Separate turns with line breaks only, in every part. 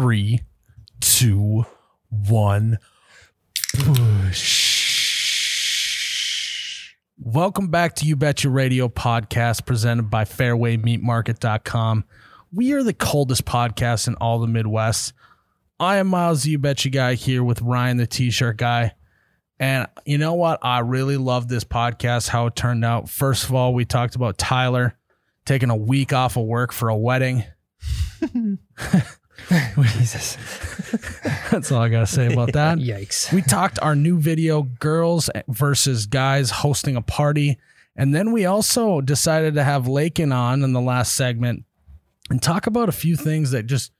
three, two, one. Push. Welcome back to You Bet Your Radio podcast presented by fairwaymeatmarket.com. We are the coldest podcast in all the Midwest. I am Miles, the You Bet You guy, here with Ryan, the t shirt guy. And you know what? I really love this podcast, how it turned out. First of all, we talked about Tyler taking a week off of work for a wedding.
Jesus.
That's all I got to say about that.
Yikes.
We talked our new video, Girls versus Guys Hosting a Party. And then we also decided to have Lakin on in the last segment and talk about a few things that just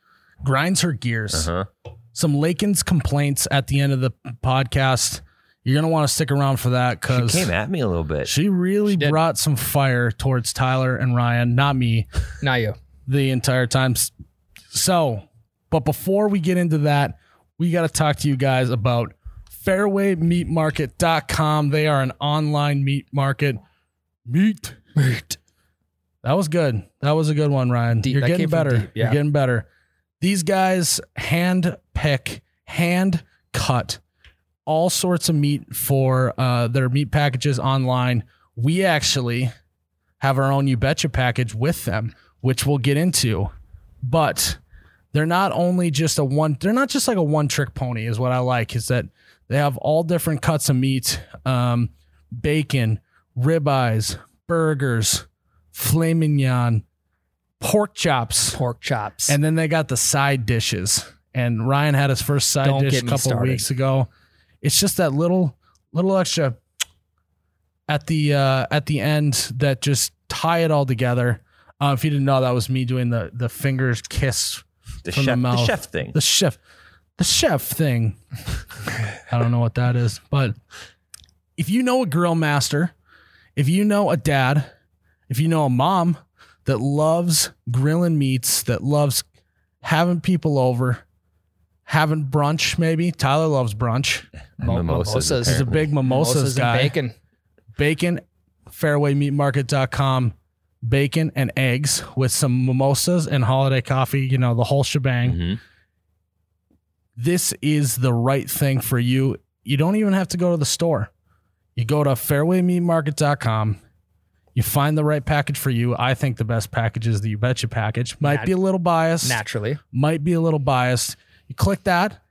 grinds her gears.
Uh-huh.
Some Lakin's complaints at the end of the podcast. You're going to want to stick around for that
She
because
came at me a little bit.
she really
She did.
brought some fire towards Tyler and Ryan, not me
Now you.
the entire time. S- So, but before we get into that, we got to talk to you guys about fairwaymeatmarket.com. They are an online meat market. Meat. Meat. That was good. That was a good one, Ryan.
Deep.
You're
That
getting
came from
better.
deep, yeah.
You're getting better. These guys hand pick, hand cut all sorts of meat for uh, their meat packages online. We actually have our own You Betcha package with them, which we'll get into. But they're not only just a one, they're not just like a one trick pony, is what I like, is that they have all different cuts of meat um, bacon, ribeyes, burgers, filet mignon, pork chops.
Pork chops.
And then they got the side dishes. And Ryan had his first side
Don't
dish a
get me
couple
started.
weeks ago. It's just that little little extra at the uh, at the end that just tie it all together. Uh, if you didn't know, that was me doing the the fingers kiss
the,
from the
chef, the,
mouth.
chef thing.
the chef the chef thing. I don't know what that is, but if you know a grill master, if you know a dad, if you know a mom that loves grilling meats, that loves having people over, having brunch maybe. Tyler loves brunch.
Mo- mimosas.
He's a big mimosas,
mimosas
guy.
and bacon.
bacon, fairwaymeatmarket.com, bacon and eggs with some mimosas and holiday coffee, you know, the whole shebang.
Mhm.
This is the right thing for you. You don't even have to go to the store. You go to fairwaymeatmarket.com. You find the right package for you. I think the best package is the You Betcha package. Might
Nat-
be a little biased
Naturally.
might be a little biased. You click that,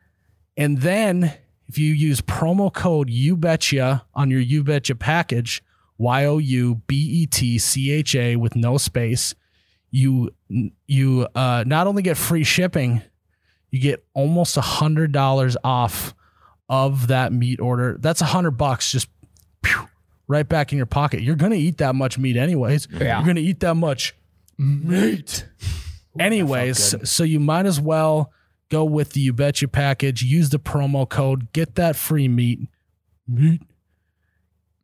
and then if you use promo code you betcha on your you betcha package, Y O U B E T C H A with no space, you you uh, not only get free shipping, you get almost a hundred dollars off of that meat order. That's a hundred bucks just pew, right back in your pocket. You're gonna eat that much meat anyways.
Yeah.
You're gonna eat that much meat. Anyways, so you might as well go with the You Betcha package. Use the promo code. Get that free meat. Meat.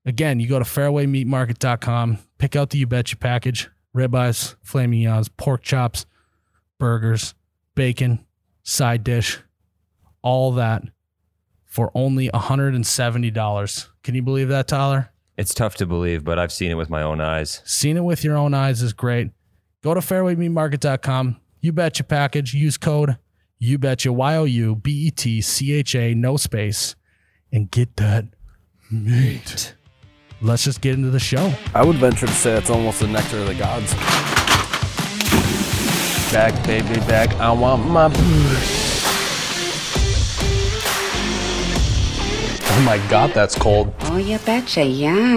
Again, you go to fairwaymeatmarket.com. Pick out the You Betcha package. Ribeyes, filet mignons, pork chops, burgers, bacon, side dish, all that for only $170. Can you believe that, Tyler?
It's tough to believe, but I've seen it with my own eyes.
Seeing it with your own eyes is great. Go to fairwaymeatmarket.com. You betcha package. Use code you betcha Y O U B E T C H A no space and get that meat. Let's just get into the show.
I would venture to say that's almost the nectar of the gods. Back, baby, back. I want my. Oh my god, that's cold.
Oh, you betcha, yeah.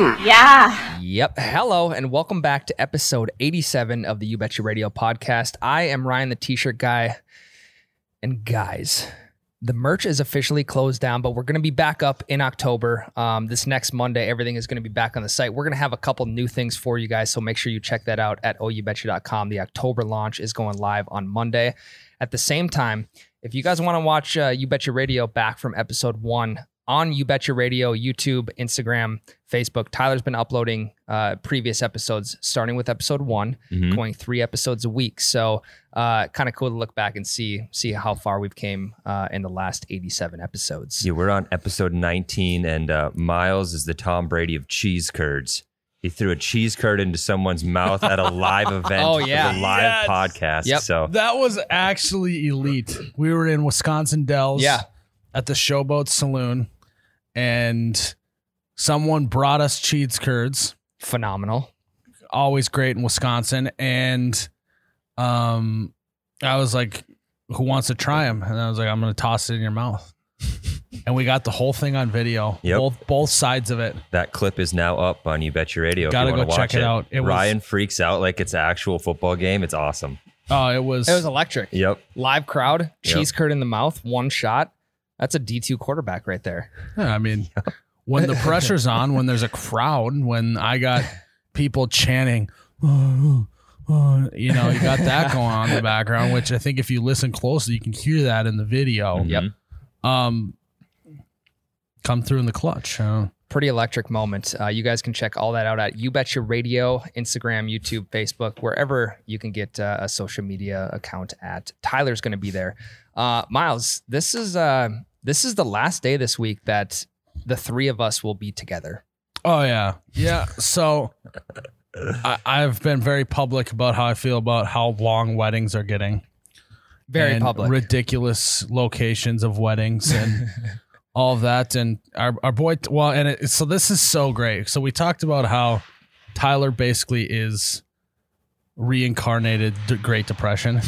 Yep. Hello, and welcome back to episode 87 of the You Betcha Radio podcast. I am Ryan, the t shirt guy. And guys, the merch is officially closed down, but we're going to be back up in October. Um, this next Monday, everything is going to be back on the site. We're going to have a couple new things for you guys, so make sure you check that out at oubetcha.com. The October launch is going live on Monday. At the same time, if you guys want to watch uh, You Betcha Radio back from episode one on You Betcha Radio, YouTube, Instagram, Facebook, Tyler's been uploading uh, previous episodes, starting with episode one, going three episodes a week. So uh, kind of cool to look back and see see how far we've came uh, in the last 87 episodes.
Yeah, we're on episode 19, and uh, Miles is the Tom Brady of cheese curds. He threw a cheese curd into someone's mouth at a live event.
Oh,
It was
yeah.
a live
Yes.
podcast.
Yep.
So
That was actually elite. We were in Wisconsin Dells
Yeah.
at the Showboat Saloon, and someone brought us cheese curds.
Phenomenal.
Always great in Wisconsin. And um, I was like, who wants to try them? And I was like, I'm going to toss it in your mouth. and we got the whole thing on video,
Yep.
both, both sides of it.
that clip is now up on You Bet Your Radio.
Gotta
if you wanna
go check
watch
it out. It was-
Ryan freaks out like it's an actual football game. It's awesome.
Oh, it was,
It was electric.
Yep.
Live crowd,
Yep.
cheese curd in the mouth, one shot. That's a D2 quarterback right there.
Yeah, I mean, when the pressure's on, when there's a crowd, when I got people chanting, "Oh, oh, oh," you know, you got that going on in the background, which I think if you listen closely, you can hear that in the video.
Yep.
Mhm.
Um, come through in the clutch. Uh,
Pretty electric moment. Uh, you guys can check all that out at You Betcha Radio, Instagram, YouTube, Facebook, wherever you can get uh, a social media account at. Tyler's going to be there. Uh, Miles, this is uh, this is the last day this week that the three of us will be together.
Oh yeah, yeah. So I, I've been very public about how I feel about how long weddings are getting.
Very
and
public.
ridiculous locations of weddings and all of that. And our, our boy, well, and it, so this is so great. So we talked about how Tyler basically is reincarnated the Great Depression.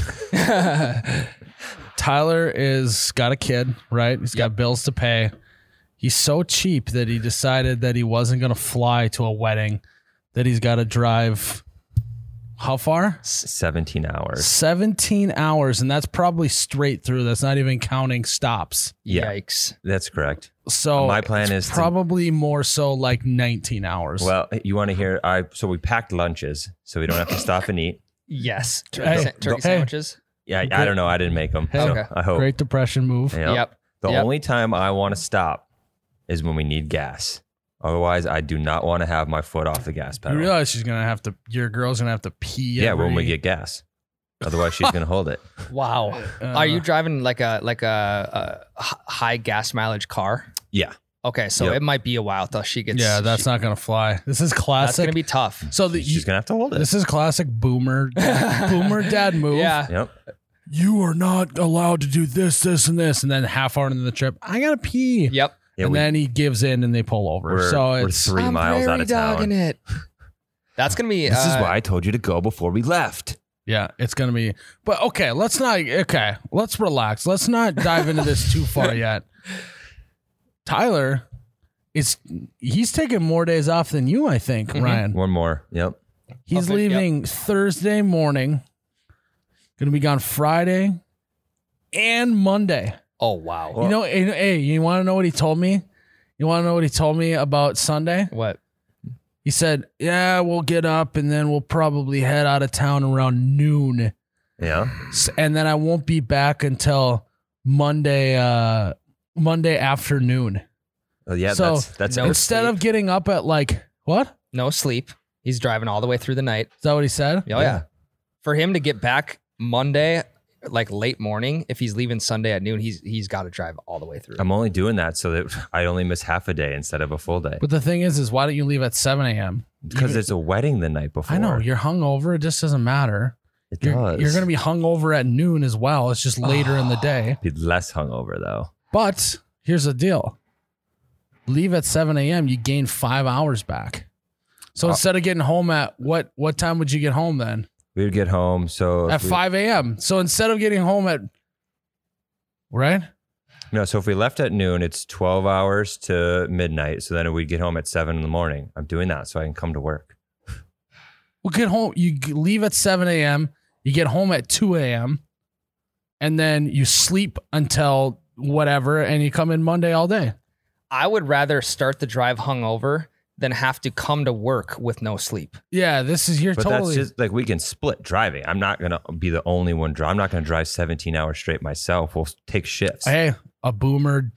Tyler is got a kid, right? He's got bills to pay. He's so cheap that he decided that he wasn't going to fly to a wedding, that he's got to drive how far?
17 hours.
17 hours, and that's probably straight through. That's not even counting stops.
Yeah.
Yikes.
That's correct.
So
Uh, My plan
it's
is to-
probably more so like 19 hours.
Well, you want to hear? I so we packed lunches, so we don't have to stop and eat.
Yes. Turkey,
Hey,
sa- turkey
hey.
sandwiches.
Yeah, I, I don't know. I didn't make them. So
Okay.
I hope.
Great depression move.
Yeah.
Yep.
The
Yep.
only time I want to stop is when we need gas. Otherwise, I do not want to have my foot off the gas
You
pedal.
realize she's gonna have to. Your girl's gonna have to pee.
yeah,
every,
when we get gas. Otherwise, she's gonna hold it.
Wow.
Uh,
Are you driving like a like a, a h- high gas mileage car?
Yeah,
Okay, so
Yep.
it might be a while till she gets.
yeah, that's
she-
not gonna fly. This is
that's
classic.
gonna be tough.
so the
she's gonna have to hold it.
this is classic boomer boomer dad move.
Yeah,
Yep.
you are not allowed to do this, this, and this, and then half hour into the trip, I gotta pee.
yep.
Yeah,
and
we,
then he gives in and they pull over.
we're,
so
we're
it's
3 miles out of town.
it. That's gonna be.
This is
uh,
why I told you to go before we left.
Yeah, it's gonna be. But okay, let's not. Okay, let's relax. Let's not dive into this too far yet. Tyler, is he's taking more days off than you, I think, Ryan.
One more. Yep.
He's
Okay, yep.
leaving Thursday morning. Gonna be gone Friday and Monday.
Oh wow.
you know, and, hey, you want to know what he told me? You want to know what he told me about Sunday?
what?
He said, "Yeah, we'll get up and then we'll probably head out of town around noon."
Yeah.
S- and then I won't be back until Monday uh Monday afternoon.
Oh, yeah.
So,
that's that's
no-
Instead of getting up at like what? Is
No sleep. He's driving all the way through the night.
that what he said?
Oh yeah. For him to get back Monday, like late morning, if he's leaving Sunday at noon, he's he's got to drive all the way through.
I'm only doing that so that I only miss half a day instead of a full day
But the thing is, is why don't you leave at seven a.m.?
because there's a wedding the night before.
I know you're hungover. It just doesn't matter.
It
You're,
does.
you're gonna be hungover at noon as well. It's just later in the day.
be less hungover though.
But here's the deal: leave at seven a.m. You gain five hours back. So
Uh,
instead of getting home at what what time would you get home then?
We would get home. So if
at
we-
5 a.m. So instead of getting home at right,
No, so if we left at noon, it's 12 hours to midnight. So then we'd get home at seven in the morning. I'm doing that so I can come to work.
we'll get home. You g- leave at 7 a.m. You get home at 2 a.m. and then you sleep until whatever, and you come in Monday all day.
I would rather start the drive hungover than have to come to work with no sleep.
Yeah, this is your
But
totally.
that's just like we can split driving. I'm not going to be the only one. Dri- I'm not going to drive 17 hours straight myself. We'll s- take shifts.
hey, a boomer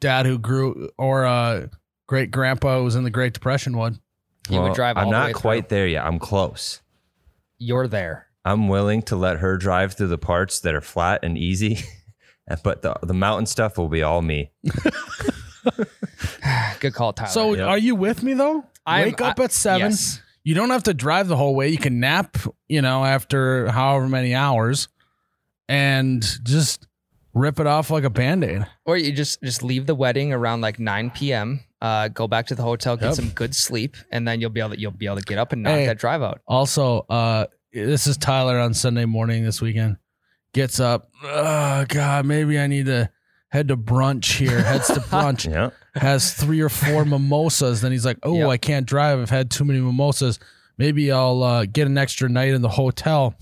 dad who grew or a great grandpa who was in the Great Depression would.
You would
Well,
drive.
I'm
all the
not
way
quite there yet. I'm close.
Through. You're there.
I'm willing to let her drive through the parts that are flat and easy. But the, the mountain stuff will be all me.
Good call, Tyler.
So
Yep.
are you with me though?
I'm-
Wake up
I-
at seven.
yes.
You don't have to drive the whole way. You can nap, you know, after however many hours, and just rip it off like a band aid.
or you just just leave the wedding around like 9 p.m. Uh, go back to the hotel, get
Yep.
some good sleep, and then you'll be able to, you'll be able to get up and knock
Hey.
that drive out.
Also, uh, this is Tyler on Sunday morning this weekend. Gets up. Oh God, maybe I need to head to brunch here. Heads to brunch.
Yeah.
has three or four mimosas. Then he's like, "Oh,
Yep.
I can't drive. I've had too many mimosas. Maybe I'll uh, get an extra night in the hotel."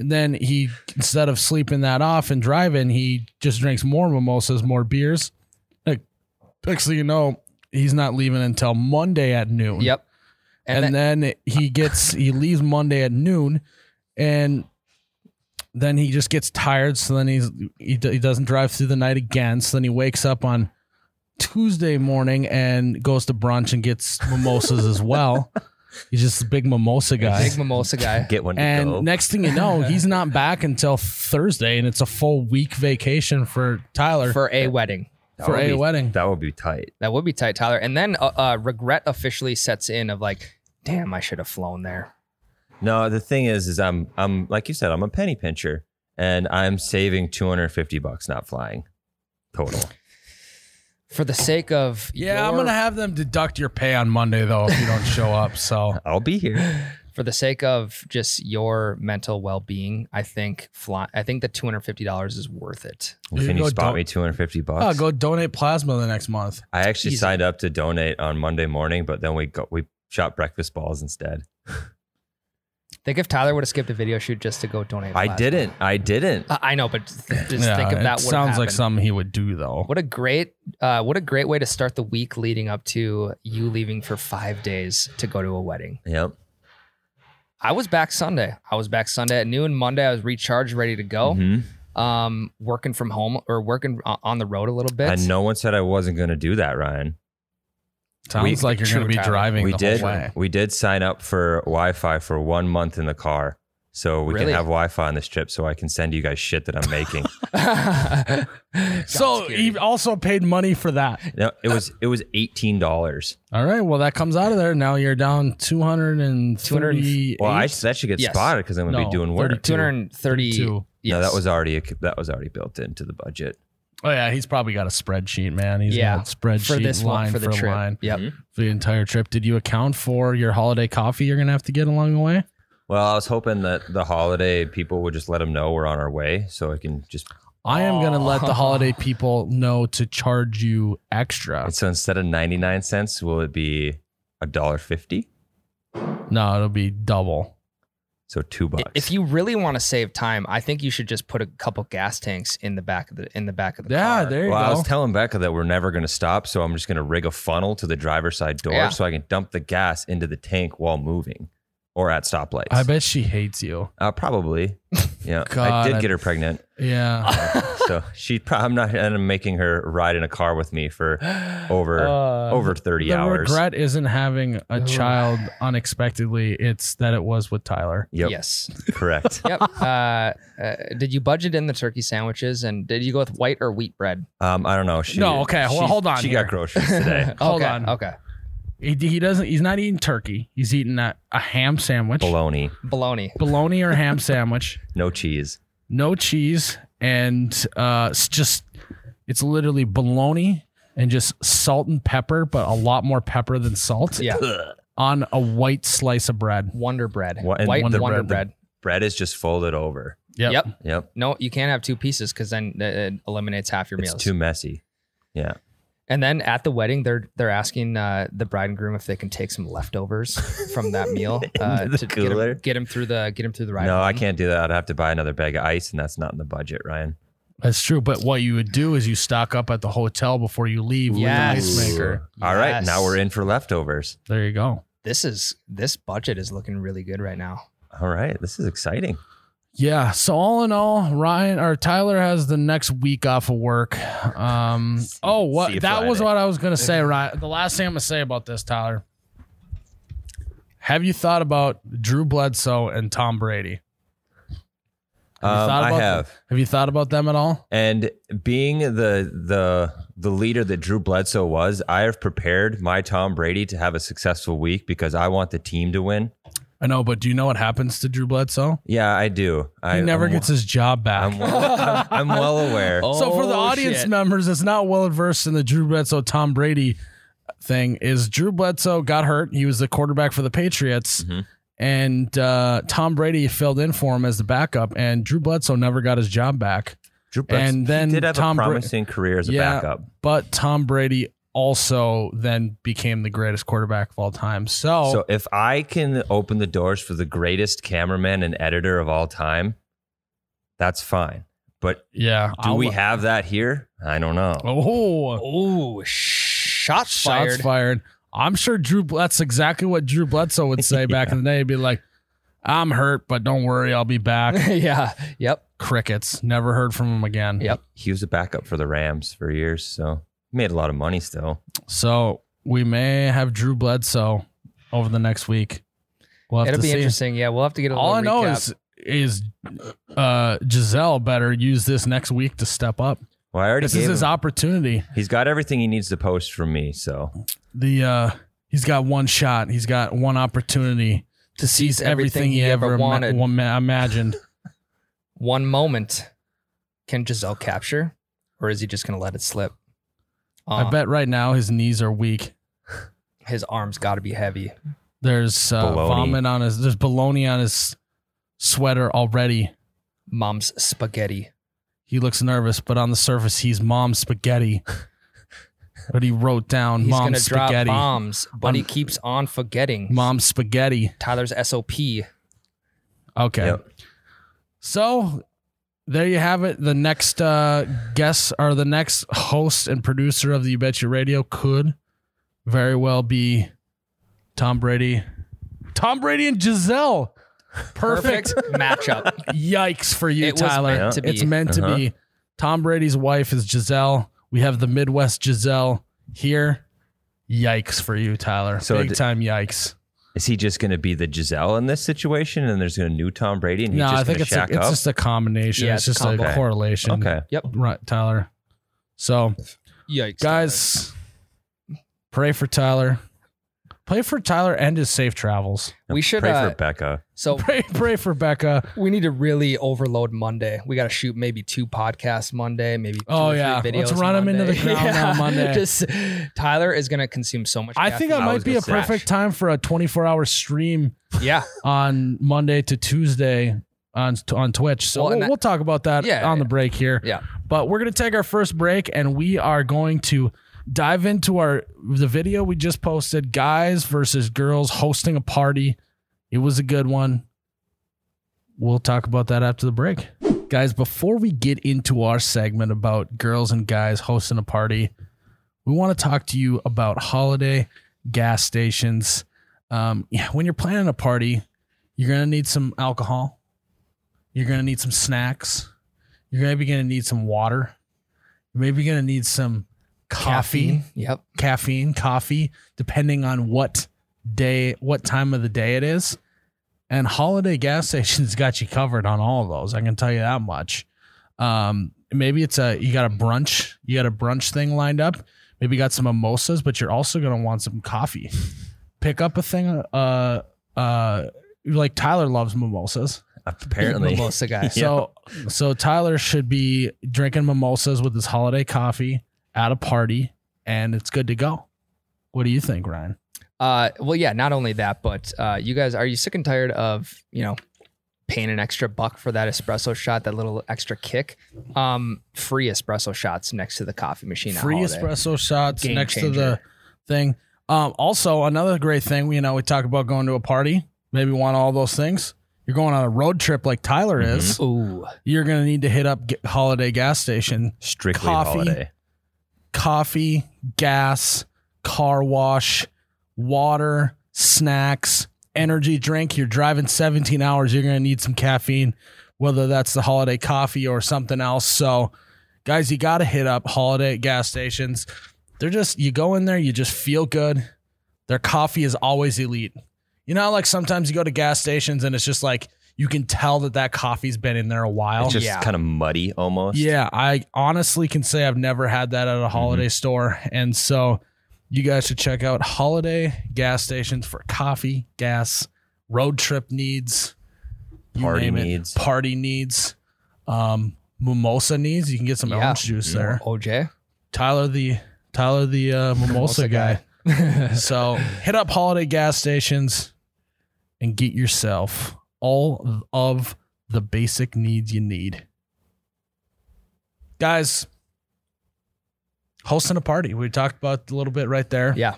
and then he, instead of sleeping that off and driving, he just drinks more mimosas, more beers. Like, next thing you know, he's not leaving until Monday at noon.
Yep.
Mm-hmm. And,
And, then,
then he gets he leaves Monday at noon, and then he just gets tired. So then he's he, d- he doesn't drive through the night again. So then he wakes up on Tuesday morning and goes to brunch and gets mimosas as well. He's just a big mimosa guy.
big mimosa guy.
Get one to
And
go.
next thing you know, he's not back until Thursday, and it's a full week vacation for Tyler for,
for a wedding.
That would
a
be-
wedding.
That would be tight.
That would be tight, Tyler. And then uh, uh, regret officially sets in of like, damn, I should have flown there.
No, the thing is, is I'm I'm like you said, I'm a penny pincher, and I'm saving 250 bucks not flying total.
For the sake of
Yeah, I'm
your-
gonna have them deduct your pay on Monday though if you don't show up. So
I'll be here.
for the sake of just your mental well being, I think fly. I think the two hundred fifty dollars is worth it.
You
Can you
go
spot
don-
me 250
oh,
bucks?
go donate plasma the next month.
I actually
Easy.
signed up to donate on Monday morning, but then we go we shot breakfast balls instead.
Think if Tyler would have skipped a video shoot just to go donate.
I
plasma.
didn't. I
Ah.
didn't.
Uh, I I know, but th- just
Yeah,
think of
it
that. would've
sounds like
happened.
something he would do though.
What a great, uh, what a great way to start the week leading up to you leaving for five days to go to a wedding.
Yep.
I was back Sunday. I was back Sunday at noon. Monday, I was recharged, ready to go.
Mhm.
Mm-hmm.
Um, working from home or working o- on the road a little bit.
And no one said I wasn't going to do that, Ryan.
Sounds
We-
like you're going
True,
to be
Tyler.
driving
We
the
did.
whole way.
We did sign up for Wi-Fi for one month in the car, so we
Really?
can have Wi-Fi on this trip, so I can send you guys shit that I'm making.
Job
So
security.
he also paid money for that.
no, it was it was eighteen dollars.
All right. Well, that comes out of there. Now you're down 238.
Well, I, that should get
Yes.
spotted because I'm gonna
No,
be doing work.
32.
230
Two.
No,
yes.
that was already that was already built into the budget.
Oh yeah, he's probably got a spreadsheet, man. He's
Yeah.
got spreadsheet
for this
line
one for the
for Mm-hmm.
trip.
line
Yep.
for the entire trip. Did you account for your holiday coffee you're gonna have to get along the way?
Well, I was hoping that the holiday people would just let them know we're on our way, so I can just
I am gonna let
Aw.
the holiday people know to charge you extra.
so instead of ninety nine cents, will it be a dollar fifty?
No, it'll be double.
So two bucks.
If you really want to save time, I think you should just put a couple gas tanks in the back of the in the back of the
Yeah,
car.
there you
well, I
go.
was telling Becca that we're never going to stop, so I'm just going to rig a funnel to the driver's side door
Yeah.
so I can dump the gas into the tank while moving or at stoplights.
I bet she hates you.
Uh, probably. Yeah. I
God,
did
I-
get her pregnant.
Yeah.
so she, pro- I'm not, and I'm making her ride in a car with me for over
Uh,
over 30
the
hours.
regret isn't having a child unexpectedly. It's that it was with Tyler.
Yep.
Yes.
Correct.
Yep. uh, uh, did you budget in the turkey sandwiches and did you go with white or wheat bread?
Um, I don't know. She,
No, okay, well,
she-
hold on
She
here.
got groceries today.
Hold
okay,
on.
Okay.
He, he doesn't. He's not eating turkey. He's eating a, a ham sandwich,
Bologna,
Bologna.
bologna or ham sandwich,
no cheese.
no cheese, and uh, it's just it's literally bologna and just salt and pepper, but a lot more pepper than salt
Yeah.
on a white slice of bread.
Wonder bread.
What- and
white
the
Wonder
bread-
bread.
Bread is just folded over.
Yep.
Yep.
Yep.
No, you can't have two pieces because then it- it eliminates half your
It's
meals.
too messy. Yeah.
And then at the wedding, they're they're asking uh, the bride and groom if they can take some leftovers from that meal uh,
Into the
to get 'em-
cooler.
get him through the get him through the ride.
no, I
home.
can't do that. I'd have to buy another bag of ice, and that's not in the budget, Ryan.
That's true. But what you would do is you stock up at the hotel before you leave
Yes.
with an ice maker.
All right,
Yes.
now we're in for leftovers.
There you go.
This is this budget is looking really good right now.
All right, this is exciting.
Yeah. So all in all, Ryan or Tyler has the next week off of work. Um. oh,
see
what
you
that was
Friday.
what I was gonna say. Right. The last thing I'm gonna say about this, Tyler. Have you thought about Drew Bledsoe and Tom Brady? Have you
Um,
thought
I
about
have.
them? Have you thought about them at all?
And being the the the leader that Drew Bledsoe was, I have prepared my Tom Brady to have a successful week because I want the team to win.
I know, but do you know what happens to Drew Bledsoe?
Yeah, I do. I
He never
I'm,
gets his job back.
I'm well, I'm, I'm well aware.
so for the
Oh,
audience
shit.
members that's not well versed in the Drew Bledsoe Tom Brady thing is Drew Bledsoe got hurt. He was the quarterback for the Patriots,
Mm-hmm.
Mhm.
and uh, Tom Brady filled in for him as the backup. And Drew Bledsoe never got his job back.
Drew Bledsoe
and then
he did have
Tom
a
Bra-
promising career as a
Yeah.
backup.
But Tom Brady also then became the greatest quarterback of all time. So,
So if I can open the doors for the greatest cameraman and editor of all time, that's fine. But
yeah,
do
I'll-
we have that here? I don't know.
Oh,
Oh, shots,
shots
fired.
fired. I'm sure Drew. That's exactly what Drew Bledsoe would say back in the day. He'd be like, "I'm hurt, but don't worry, I'll be back."
yeah. Yep.
Crickets. Never heard from him again.
Yep.
He was a backup for the Rams for years, so he made a lot of money still.
So we may have Drew Bledsoe over the next week. We'll have
It'll
to
be
see.
interesting. Yeah, we'll have to get a little
All I know
recap.
is is uh, Giselle better use this next week to step up.
Well, I already
This
gave
is his
him-
opportunity.
He's got everything he needs to post from me, so
The uh, he's got one shot. He's got one opportunity to seize everything, he ever, ima-
wanted.
wa- imagined.
one moment. Can Giselle capture, or is he just going to let it slip? Uh,
I bet right now his knees are weak.
his arms got to be heavy.
There's uh,
Baloney.
vomit on his. There's baloney on his sweater already.
Mom's spaghetti.
He looks nervous, but on the surface, he's mom spaghetti. but he wrote down
He's
mom
going to drop
spaghetti.
bombs, but he
I'm-
keeps on forgetting.
Mom spaghetti.
Tyler's SOP.
Okay.
Yep.
So there you have it. The next uh, guest or the next host and producer of the You Bet Your Radio could very well be Tom Brady. Tom Brady and Giselle. Perfect.
matchup.
Yikes for you,
It was
Tyler.
meant to
It's
be.
meant to
Uh-huh.
be. Tom Brady's wife is Giselle. We have the Midwest Giselle here. Yikes for you, Tyler.
So
Big
d-
time yikes.
is he just going to be the Giselle in this situation? And there's a new Tom Brady, and he's
No,
just
I think
gonna
it's a,
shack
it's
up.
just a combination.
Yeah,
it's
it's
just
a
a
combo.
correlation.
okay.
Right, Tyler. So,
Yikes,
guys, pray for Tyler. Pray for Tyler and his safe travels.
Tyler. we should.
Pray
Uh,
for Becca.
so
Pray, pray for Becca.
we need to really overload Monday. We got to shoot maybe two podcasts Monday, maybe. two
Oh,
or three
yeah.
videos
Let's run 'em into
Monday.
the ground on Monday.
Just Tyler is going to consume so much.
I think
caffeine.
that
I
might
was
be
gonna
a
say.
perfect time for a 24 hour stream
yeah.
on Monday to Tuesday on on Twitch. So
Well, and
we'll,
I-
we'll talk about that
Yeah,
on
yeah.
the break here.
Yeah.
But we're going to take our first break and we are going to dive into our the video we just posted guys versus girls hosting a party. It was a good one. We'll talk about that after the break. Guys, before we get into our segment about girls and guys hosting a party, we want to talk to you about holiday gas stations. Um, yeah, when you're planning a party, you're going to need some alcohol. You're going to need some snacks. You're maybe going to need some water. You're maybe going to need some coffee,
Caffeine. Yep.
caffeine, coffee, depending on what day, what time of the day it is. And holiday gas stations got you covered on all of those. I can tell you that much. Um, maybe it's a you got a brunch, you got a brunch thing lined up. Maybe you got some mimosas, but you're also gonna want some coffee. Pick up a thing. Uh, uh, like Tyler loves mimosas.
Apparently,
Mimosa guy.
So so Tyler should be drinking mimosas with his holiday coffee at a party, and it's good to go. What do you think, Ryan?
Uh, well, yeah, not only that, but uh, you guys, are you sick and tired of, you know, paying an extra buck for that espresso shot, that little extra kick? Um, free espresso shots next to the coffee machine. at
Free
Holiday.
espresso shots
Game
next to the
changer.
thing. Um, also, another great thing, you know, we talk about going to a party, maybe want all those things. You're going on a road trip like Tyler
Mm-hmm.
is.
Ooh,
You're going to need to hit up g- Holiday Gas Station.
strictly
Coffee.
holiday.
coffee, gas, car wash, water, snacks, energy drink. You're driving 17 hours, you're going to need some caffeine, whether that's the holiday coffee or something else. So, guys, you got to hit up holiday gas stations. They're just, you go in there, you just feel good. Their coffee is always elite. You know, how, like sometimes you go to gas stations and it's just like you can tell that that coffee's been in there a while.
It's just
yeah.
kind of muddy almost.
Oh, Yeah, I honestly can say I've never had that at a holiday
Mm-hmm.
store. And so you guys should check out holiday gas stations for coffee, gas, road trip needs, you
Party
name it,
needs.
party needs, um, mimosa needs. You can get some
Yeah.
orange juice there.
OJ.
Tyler the Tyler the uh, mimosa,
Mimosa
guy.
guy.
so hit up holiday gas stations and get yourself all of the basic needs you need. Guys, hosting a party. We talked about a little bit right there.
Yeah.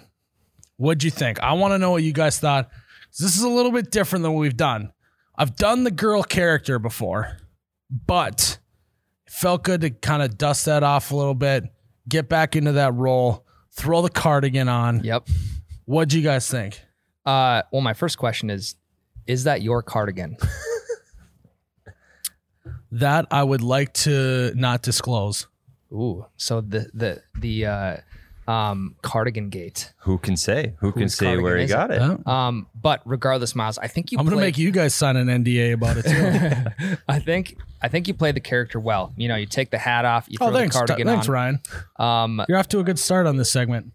What'd you think? I want to know what you guys thought. 'Cause This is a little bit different than what we've done. I've done the girl character before, but it felt good to kind of dust that off a little bit, get back into that role, throw the cardigan on.
Yep.
What'd you guys think?
Uh, well, my first question is, is that your cardigan?
That I would like to not disclose.
Ooh. So the the the uh, um, cardigan gate.
Who can say? Who can
Whose
say where
cardigan
he
is
got it?
Huh?
Um, but regardless, Miles, I think you.
I'm going to
played-
make you guys sign an NDA about it too.
I think I think you played the character well. You know, you take the hat off, you throw
oh, thanks.
the cardigan
thanks,
on.
Ryan.
Um,
You're off to a good start on this segment.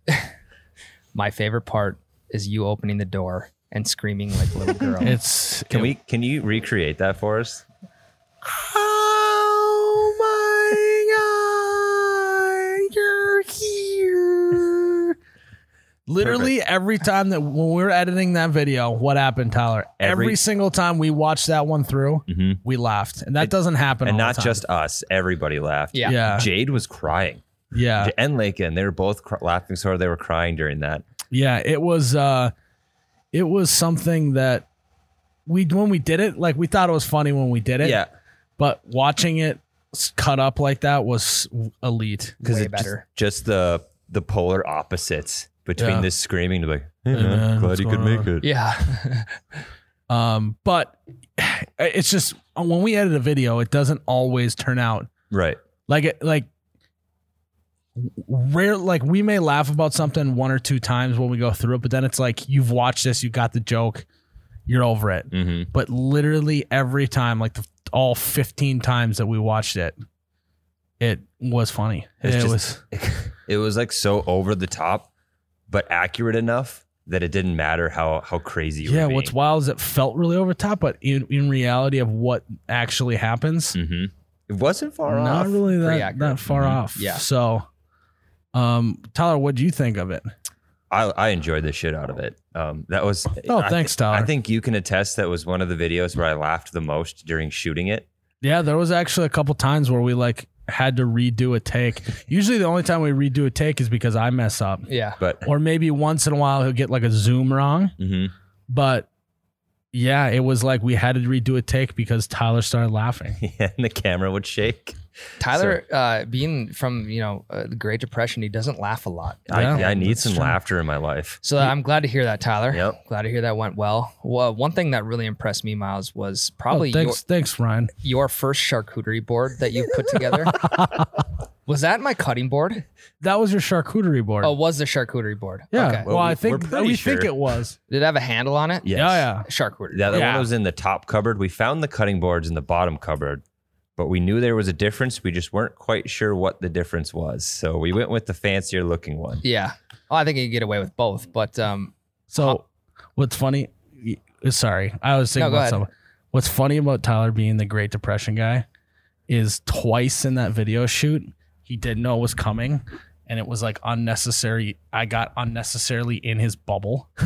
my favorite part is you opening the door and screaming like a little girl.
It's
Can we? Can you recreate that for us?
Literally every time that when we were editing that video, what happened, Tyler? Every,
Every-
single time we watched that one through,
Mhm.
we laughed, and that doesn't happen.
And
all the
not
time.
just us. Everybody laughed.
Yeah.
yeah,
Jade was crying.
yeah,
J- and Lakin, they were both cr- laughing so hard they were crying during that.
yeah. It was, uh it was something that we when we did it, like we thought it was funny when we did it.
yeah,
but watching it s- cut up like that was elite.
because
Way
it's just,
better.
just the the polar opposites between
Yeah.
this screaming to like, hey,
Hey,
man,
man,
glad
what's
you could
going
make
on?"
it.
yeah.
Um, but it's just when we edit a video, it doesn't always turn out
Right.
like it like rare like we may laugh about something one or two times when we go through it, but then it's like you've watched this, you got the joke, you're over it.
Mm-hmm.
But literally every time, like the, all 15 times that we watched it, it was funny.
It's
it
just-
was
It was like so over the top, but accurate enough that it didn't matter how how crazy. You
yeah.
were being.
What's wild is it felt really over the top, but in, in reality of what actually happens,
Mhm. It wasn't far
Mm-hmm. not
off.
really
Pretty
that,
accurate.
that far
Mhm.
off.
Yeah.
So, um, Tyler, what do you think of it?
I, I enjoyed the shit out of it. Um, that was.
Oh,
I,
thanks, Tyler.
I think you can attest that was one of the videos where I laughed the most during shooting it.
yeah, there was actually a couple times where we like had to redo a take. Usually, the only time we redo a take is because I mess up,
Yeah.
But
or maybe once in a while he'll get like a zoom wrong.
Mhm.
But yeah, it was like we had to redo a take because Tyler started laughing. Oh,
yeah, and the camera would shake.
Tyler, uh, being from you know uh, the Great Depression, he doesn't laugh a lot.
Yeah,
I, I need
that's
some
true.
laughter in my life.
So I'm glad to hear that, Tyler.
Yep.
Glad to hear that went well. Well, one thing that really impressed me, Miles, was probably
oh,
your,
thanks, thanks, Ryan.
your first charcuterie board that you put together. was that my cutting board?
That was your charcuterie board.
Oh, was the charcuterie board?
yeah.
Okay.
Well,
Well,
I
we-
think
we're pretty
we think
sure.
it was.
Did it have a handle on it?
Yes.
Yeah, yeah.
Charcuterie.
Yeah, that
Yeah.
one was in the top cupboard. We found the cutting boards in the bottom cupboard, but we knew there was a difference. We just weren't quite sure what the difference was. So we went with the fancier looking one.
Yeah. Well, I think you can get away with both, but um,
So,
Huh.
what's funny? y- Sorry, I was
No,
thinking
go
about
ahead.
something. What's funny about Tyler being the Great Depression guy is twice in that video shoot he didn't know it was coming, and it was like unnecessary. I got unnecessarily in his bubble.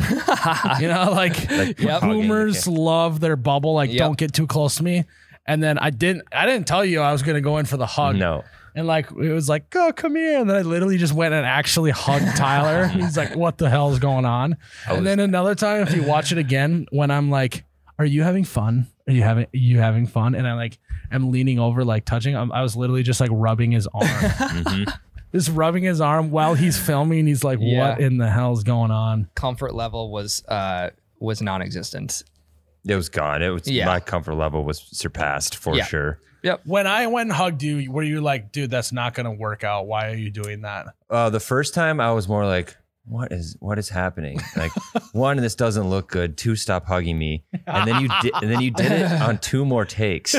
You know, like,
Like,
Yep.
hogging the
boomers
ca-
love their bubble. Like,
Yep.
don't get too close to me. And then I didn't. I didn't tell you I was gonna go in for the hug.
No.
And like it was like, oh, come here. And then I literally just went and actually hugged Tyler. He's like, what the hell is going on? and then another time, if you watch it again, when I'm like, are you having fun? Are you having are you having fun? And I like am leaning over, like touching. um, i I was literally just like rubbing his arm,
Mhm.
just rubbing his arm while he's filming. He's like,
Yeah.
what in the hell's going on?
comfort level was uh was non-existent.
It was gone. It was
Yeah.
my comfort level was surpassed for
Yeah.
sure.
When I went and hugged you, were you like, dude, that's not gonna work out? Why are you doing that?
Uh, the first time I was more like, what is what is happening? Like one, this doesn't look good. Two, stop hugging me. And then you did and then you did it on two more takes.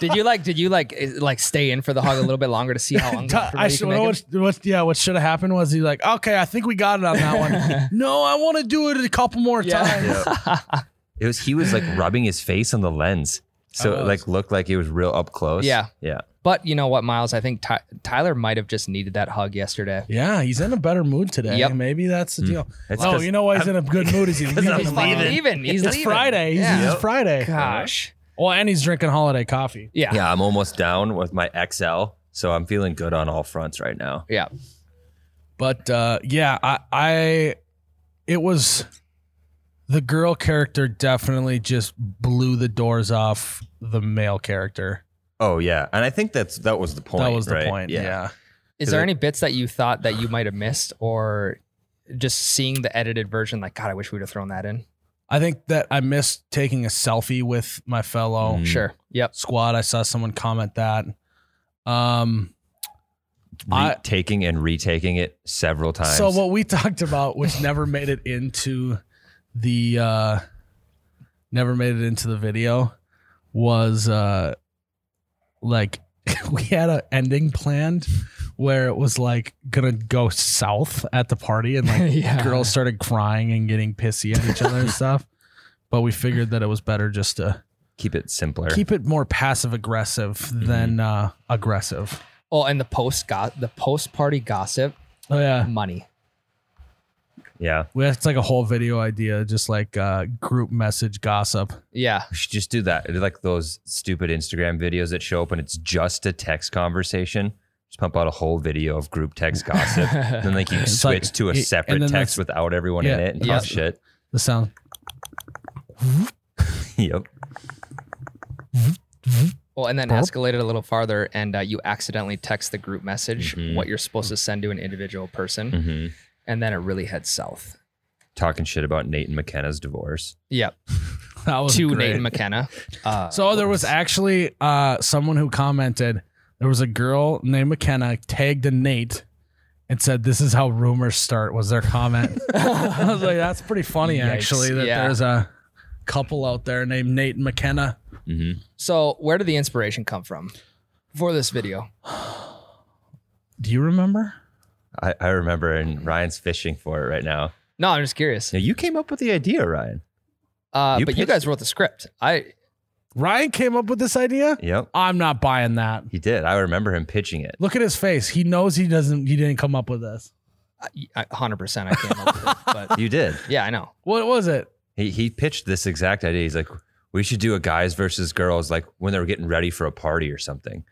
Did you like? Did you like? eh, Like stay in for the hug a little bit longer to see how uncomfortable
I
you
should,
can make
what, what, yeah, what should have happened was he like, okay, I think we got it on that one. no, I want to do it a couple more
Yeah.
times.
It was he was like rubbing his face on the lens. So
Oh,
it like looked like it was real up close.
Yeah.
Yeah.
But you know what, Miles? I think Ty- Tyler might have just needed that hug yesterday.
Yeah, he's in a better mood today.
Yep.
Maybe that's the deal.
It's
oh,
'cause
you know why he's in a good mood? Is he leaving?
I'm
the
Fucking
meeting.
leaving. He's
It's
leaving.
Friday. He's,
Yeah.
it's Friday.
Gosh.
Well, and he's drinking holiday coffee.
Yeah. Yeah.
Yeah, I'm almost down with my XL. So I'm feeling good on all fronts right now.
But uh, yeah, I, I, it was the girl character definitely just blew the doors off the male character.
Oh yeah. And I think that's that was the point.
that was the
right?
point. yeah.
Is there any bits that you thought that you might have missed or just seeing the edited version? Like, God, I wish we'd have thrown that in.
I think that I missed taking a selfie with my fellow
Mm.
Sure. Yep.
squad. I saw someone comment that. Um, I-
Re- taking and retaking it several times.
so what we talked about, which never made it into the, uh, never made it into the video, was uh, like we had an ending planned where it was like gonna go south at the party and like
Yeah.
girls started crying and getting pissy at each other and stuff. But we figured that it was better just to.
keep it simpler.
keep it more passive aggressive than uh, aggressive.
Oh, and the post got the post party gossip
Oh yeah,
money.
yeah.
we it's like a whole video idea, just like uh, group message gossip.
Yeah.
We should just do that. It'd be Like those stupid Instagram videos that show up and it's just a text conversation. Just pump out a whole video of group text gossip. then like you
It's like-
switch to a
it- and
separate
then
text
that's-
without everyone in
yeah,
it and
yeah.
talk shit.
The sound.
Yep.
Well, and then escalated a little farther, and uh, you accidentally text the group message
Mhm.
what you're supposed to send to an individual person,
hmm
and then it really heads south.
Talking shit about Nate and McKenna's divorce.
Yep.
That was
to
great.
Nate McKenna. Uh,
So there was actually uh, someone who commented. There was a girl named McKenna tagged a Nate and said, "This is how rumors start." Was their comment? I was like, "That's pretty funny,
Yikes.
actually." That
Yeah.
there's a couple out there named Nate and McKenna.
Mm-hmm.
So, where did the inspiration come from for this video?
Do you remember?
I, I remember, and Ryan's fishing for it right now.
No, I'm just curious.
Now, you came up with the idea, Ryan.
Uh,
You
but you
pitched-
guys wrote the script. I
Ryan came up with this idea.
Yep.
I'm not buying that.
He did. I remember him pitching it.
Look at his face. He knows he doesn't. He didn't come up with this.
I- 100% I came up with it. But
You did.
yeah, I know.
What was it?
He he pitched this exact idea. He's like, we should do a guys versus girls, like when they were getting ready for a party or something.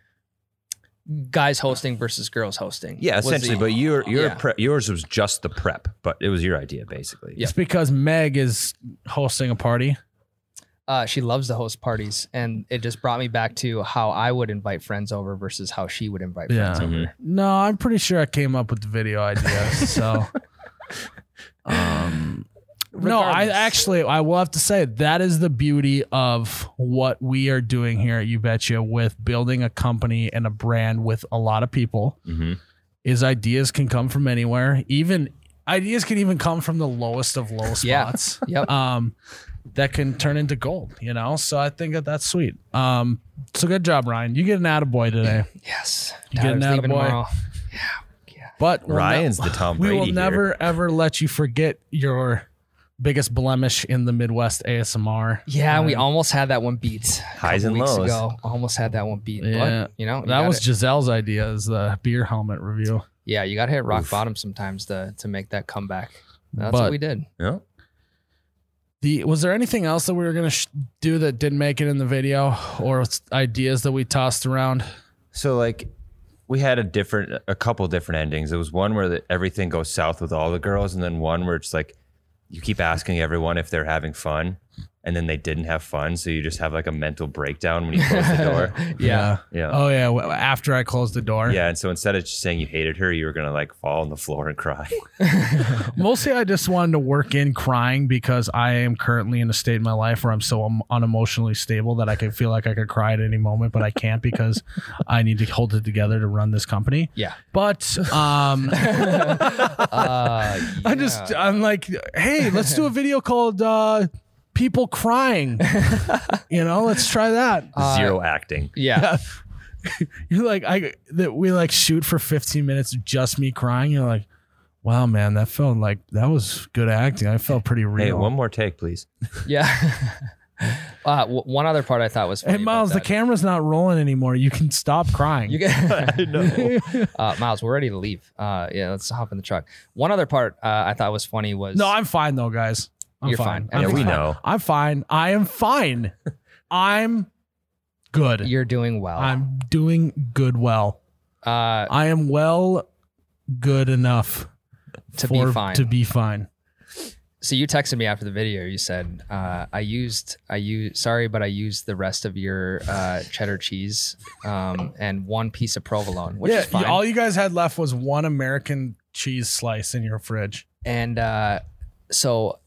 Guys hosting versus girls hosting.
Yeah,
was
essentially.
the-
but your your
yeah.
pre- yours was just the prep, but it was your idea basically.
Yeah.
It's because Meg is hosting a party.
uh, she loves to host parties, and it just brought me back to how I would invite friends over versus how she would invite
Yeah.
friends over.
Mhm.
No, I'm pretty sure I came up with the video idea. So, um, no, I
Regardless.
actually I will have to say that is the beauty of what we are doing here at You Betcha with building a company and a brand with a lot of people.
Mm-hmm.
Mhm.
Is ideas can come from anywhere. Even ideas can even come from the lowest of low spots.
Yeah. Yep.
um, that can turn into gold, you know? So I think that that's sweet. Um, so good job, Ryan. You get an attaboy today,
Yes.
You getting
Tyler's
out of
leaving
boy?
tomorrow.
but we'll ne-
Ryan's the Tom
we
Brady.
will
here.
never, ever let you forget your biggest blemish in the Midwest ASMR.
Yeah, we almost had that one beat. a
Highs
couple
and
weeks
lows.
Ago. Almost had that one beat.
Yeah.
But, you know, you
That
gotta-
was Giselle's idea is the beer helmet review.
Yeah, you got to hit rock
Oof.
bottom sometimes to to make that comeback. That's
But-
what we did.
Yeah.
The, was there anything else that we were going to sh- do that didn't make it in the video or s- ideas that we tossed around?
So like we had a different a couple different endings. There was one where the, everything goes south with all the girls and then one where it's like you keep asking everyone if they're having fun and then they didn't have fun. So you just have like a mental breakdown when you close the door.
yeah.
Yeah.
Oh yeah. Well, after I closed the door.
Yeah, and so instead of just saying you hated her, you were gonna like fall on the floor and cry.
Mostly, I just wanted to work in crying because I am currently in a state in my life where I'm so um, unemotionally stable that I could feel like I could cry at any moment, but I can't because I need to hold it together to run this company.
Yeah.
But um,
Uh,
I just, I'm like, hey, let's do a video called uh, "People Crying." you know, let's try that.
Uh,
Zero acting.
yeah.
You're like, I that we like shoot for 15 minutes of just me crying. You're like, wow, man, that felt like that was good acting. I felt pretty real.
Hey, one more take, please.
Yeah. uh, w- one other part I thought was funny.
Hey
about
Miles, the
that.
camera's not rolling anymore. You can stop crying.
You get
no.
uh, Miles. We're ready to leave. Uh, yeah, let's hop in the truck. One other part uh, I thought was funny was
no, I'm fine though, guys. I'm
You're
fine.
fine.
I'm
Yeah, we
fine.
know.
I'm fine. I am fine. I'm good.
you're doing well.
I'm doing good. Well,
uh,
I am well, good enough
to
for-
be fine.
To be fine.
so you texted me after the video. You said uh, I used I used sorry, but I used the rest of your uh, cheddar cheese um, and one piece of provolone, which
yeah,
is fine.
all you guys had left was one American cheese slice in your fridge.
And uh, so,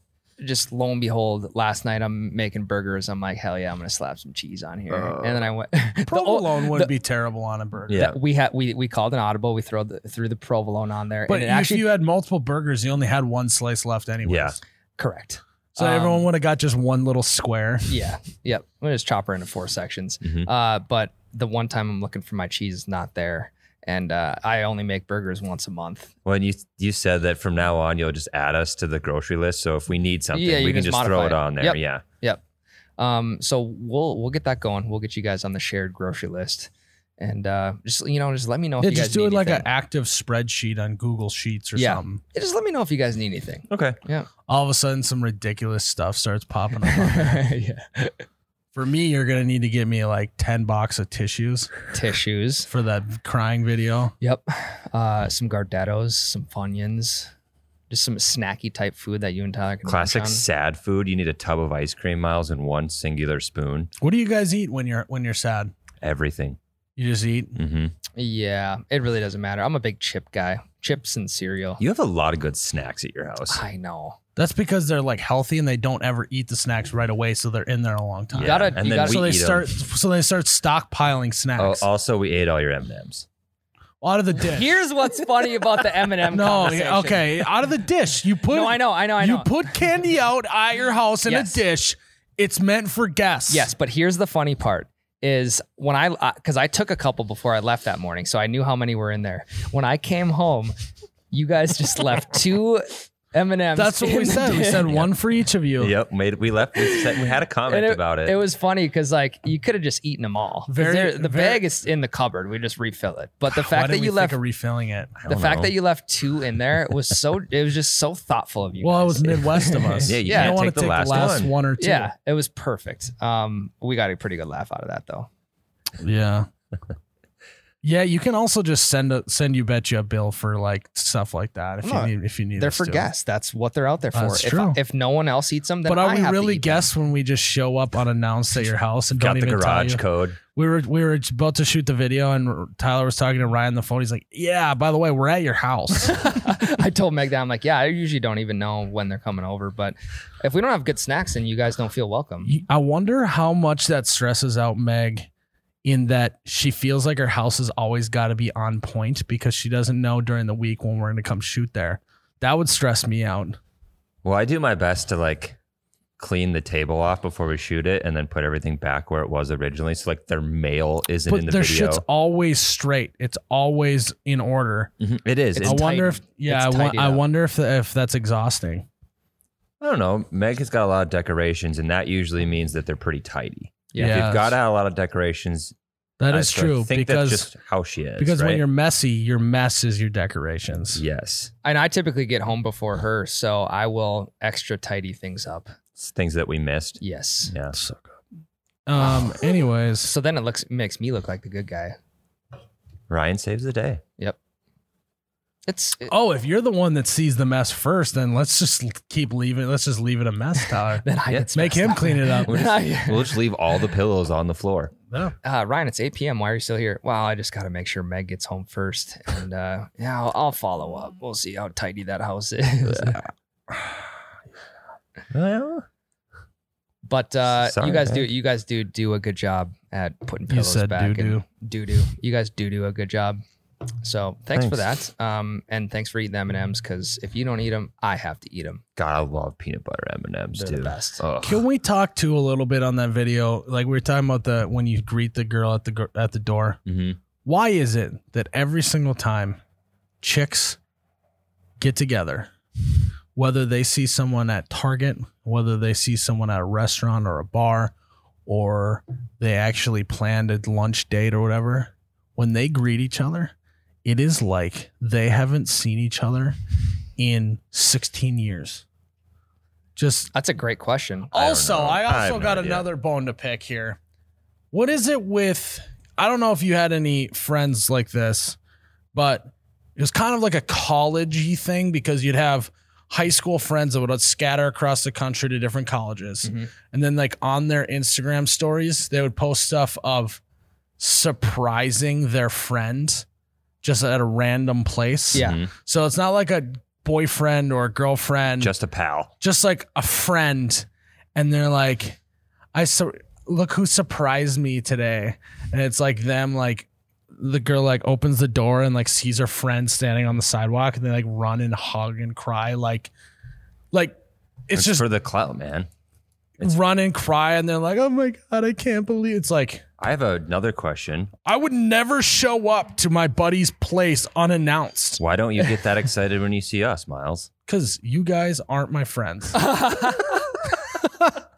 just lo and behold, last night I'm making burgers. I'm like, hell yeah, I'm gonna slap some cheese on here. and then I went. the ol-
Uh-huh. Provolone would
the-
not be terrible on a burger.
Yeah.
we had we we called an audible. We threw the, threw the provolone on there,
But
and it
if
actually
you had multiple burgers, you only had one slice left anyways.
Yeah.
correct.
So
Um,
everyone would have got just one little square.
Yeah, yep. We just chop her into four sections.
Mm-hmm.
Mhm.
Uh, but the one time I'm looking for my cheese is not there, and uh, I only make burgers once a month.
When you you said that from now on you'll just add us to the grocery list, so if we need something,
Yeah, you
we
can
can
just
just throw
modify
it
it.
on there.
Yep.
Yeah,
Yep. Um, so we'll we'll get that going. We'll get you guys on the shared grocery list, and uh, just you know, just let me know if
Yeah,
you
just
guys
do
need
it like an
anything.
active spreadsheet on Google Sheets or
Yeah.
something.
Yeah, just let me know if you guys need anything.
okay.
All of a sudden, some ridiculous stuff starts popping up.
yeah.
for me, you're gonna need to get me like ten box of tissues
Tissues.
for that crying video.
Yep. Uh, some Gardettos, some Funyuns, just some snacky type food that you and Tyler can
Classic
munch
sad food. You need a tub of ice cream, Miles, and one singular spoon.
What do you guys eat when you're when you're sad?
Everything.
You just eat.
hmm
on. Yeah, it really doesn't matter. I'm a big chip guy. Chips and cereal.
You have a lot of good snacks at your house.
I know.
That's because they're like healthy and they don't ever eat the snacks right away, so they're in there a long time.
Yeah. gotta-
and
you
then
gotta-
we
So they
eat 'em.
start. So they start stockpiling
Oh,
snacks
also, we ate all your M Ms.
out of the dish.
Here's what's funny about the M&M
no,
conversation.
yeah, okay, out of the dish. You put.
No, I know, I know, I
you
know.
put candy out at your house in
Yes.
a dish. It's meant for guests.
Yes, but here's the funny part is when I because I took a couple before I left that morning, so I knew how many were in there. When I came home, you guys just left two M and M's.
That's what we said. We said one for each of you.
Yep. Made we left. We, said, we had a comment
And
about it.
It was funny because like you could have just eaten them all. 'Cause
Very-
they're- the
very-
bag is in the cupboard. We just refill it. But the
Why
fact that
didn't we
you left
think of refilling it.
I
the
don't
fact
know.
that you left two in there was so it was just so thoughtful of you.
Well, it
guys.
was Midwest of us.
Yeah, you
can't
don't wanna
take the
take
last
the last
one.
one. or two.
yeah, it was perfect. Um, we got a pretty good laugh out of that though.
yeah. Yeah, you can also just send a send you bet you a bill for like stuff like that if
No,
you need if you need.
They're
us
for
to.
guests. That's what they're out there for.
That's
if,
true.
if no one else eats them, then
But are
I
we
have to
really
eat them.
guests when we just show up unannounced at your house and
got
don't
the
even tell
garage
you?
code.
We were we were about to shoot the video and Tyler was talking to Ryan on the phone. He's like, "Yeah, by the way, we're at your house."
I told Meg that I'm like, yeah, I usually don't even know when they're coming over, but if we don't have good snacks, then you guys don't feel welcome.
You- I wonder how much that stresses out Meg in that she feels like her house has always got to be on point because she doesn't know during the week when we're going to come shoot there. That would stress me out.
Well, I do my best to like clean the table off before we shoot it and then put everything back where it was originally. So like their mail isn't in
but
the
their
video.
shit's always straight. It's always in order.
Mhm, It is.
I
It's,
wonder if
tidy.
yeah, I,
It's
wa-
tidied
I
up.
wonder if if that's exhausting.
I don't know. Meg has got a lot of decorations, and that usually means that they're pretty tidy.
Yeah.
If
Yes.
you've got a lot of decorations,
that
I
is
sort of
true
think
because
that's just how she is.
because
right?
when you're messy, your mess is your decorations.
yes,
And I typically get home before her, so I will extra tidy things up.
it's things that we missed.
Yes.
Yeah.
So good. Um. Anyways,
So then it looks makes me look like the good guy.
Ryan saves the day.
It's it-
Oh, if you're the one that sees the mess first, then let's just l- keep leaving. Let's just leave it a mess, Tyler.
then I
Yeah.
get
Make him clean it up.
We'll just, we'll just leave all the pillows on the floor.
No.
uh, Ryan, it's 8 p.m. Why are you still here? Well, I just got to make sure Meg gets home first. And uh, yeah, I'll, I'll follow up. We'll see how tidy that house is.
Well,
But uh,
Sorry,
you guys do
Meg.
you guys do do a good job at putting
You
pillows
said
back
doo
and
doo.
doo doo. You guys do do a good job. So thanks, for
Thanks.
that. Um, and thanks for eating M and M's because if you don't eat them, I have to eat them.
God, I love peanut butter M and M's,
They're the
dude.
best.
Ugh.
Can we talk to a little bit on that video? Like we were talking about the when you greet the girl at the gr- at the door.
Mhm.
Why is it that every single time chicks get together, whether they see someone at Target, whether they see someone at a restaurant or a bar, or they actually planned a lunch date or whatever, when they greet each other, it is like they haven't seen each other in 16 years. Just
That's a great question.
I don't
also,
know.
I
I have
also
no
got
idea.
another bone to pick here. What is it with? I don't know if you had any friends like this, but it was kind of like a college thing because you'd have high school friends that would scatter across the country to different colleges.
Mm-hmm.
Mhm.
And then, like, on their Instagram stories, they would post stuff of surprising their friend just at a random place.
Yeah.
Mhm.
So it's not like a boyfriend or a girlfriend
Just a pal.
just like a friend and they're like i sur- look who surprised me today and it's like them like the girl like opens the door and like sees her friend standing on the sidewalk and they like run and hug and cry like like it's,
It's,
just
for the clout, man.
run and cry and they're like oh my god i can't believe it's like
I have another question.
i would never show up to my buddy's place unannounced
Why don't you get that excited when you see us, Miles?
because you guys aren't my friends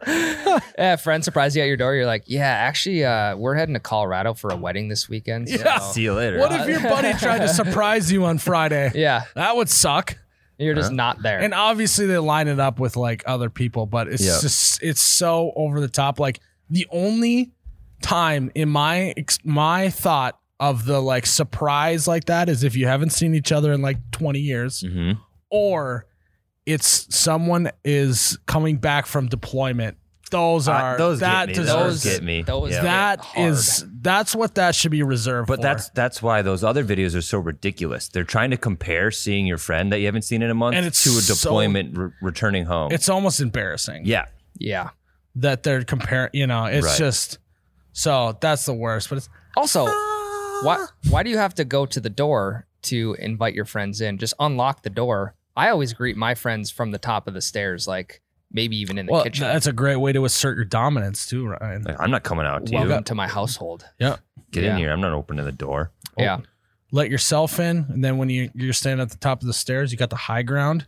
Yeah, a friend surprised you at your door. You're like, yeah, actually, uh, we're heading to Colorado for a wedding this weekend. so-
Yeah.
See you later.
Oh. what if your buddy tried to surprise you on friday
yeah,
that would suck
you're just not there.
And obviously they line it up with like other people, but it's
Yeah.
just it's so over the top. Like the only time in my ex- my thought of the like surprise like that is if you haven't seen each other in like 20 years
hmm
or it's someone is coming back from deployment. Those
Uh,
are
those get
that
me.
deserves
Those get me.
Those
Yeah.
get
that
hard.
is that's what that should be reserved
But
for.
that's that's why those other videos are so ridiculous. They're trying to compare seeing your friend that you haven't seen in a month
And it's
to a
so-
deployment re- returning home.
it's almost embarrassing.
yeah,
yeah.
that they're comparing. You know, it's
Right.
just so that's the worst. But it's
Also, why why do you have to go to the door to invite your friends in? Just unlock the door. I always greet my friends from the top of the stairs, like maybe even in the
well,
kitchen.
that's a great way to assert your dominance too, Ryan.
Like, I'm not coming out to
Welcome
you.
to my household.
Get
yeah.
in here. I'm not opening the door.
Oh,
Yeah.
Let yourself in, and then when you you're standing at the top of the stairs, you got the high ground.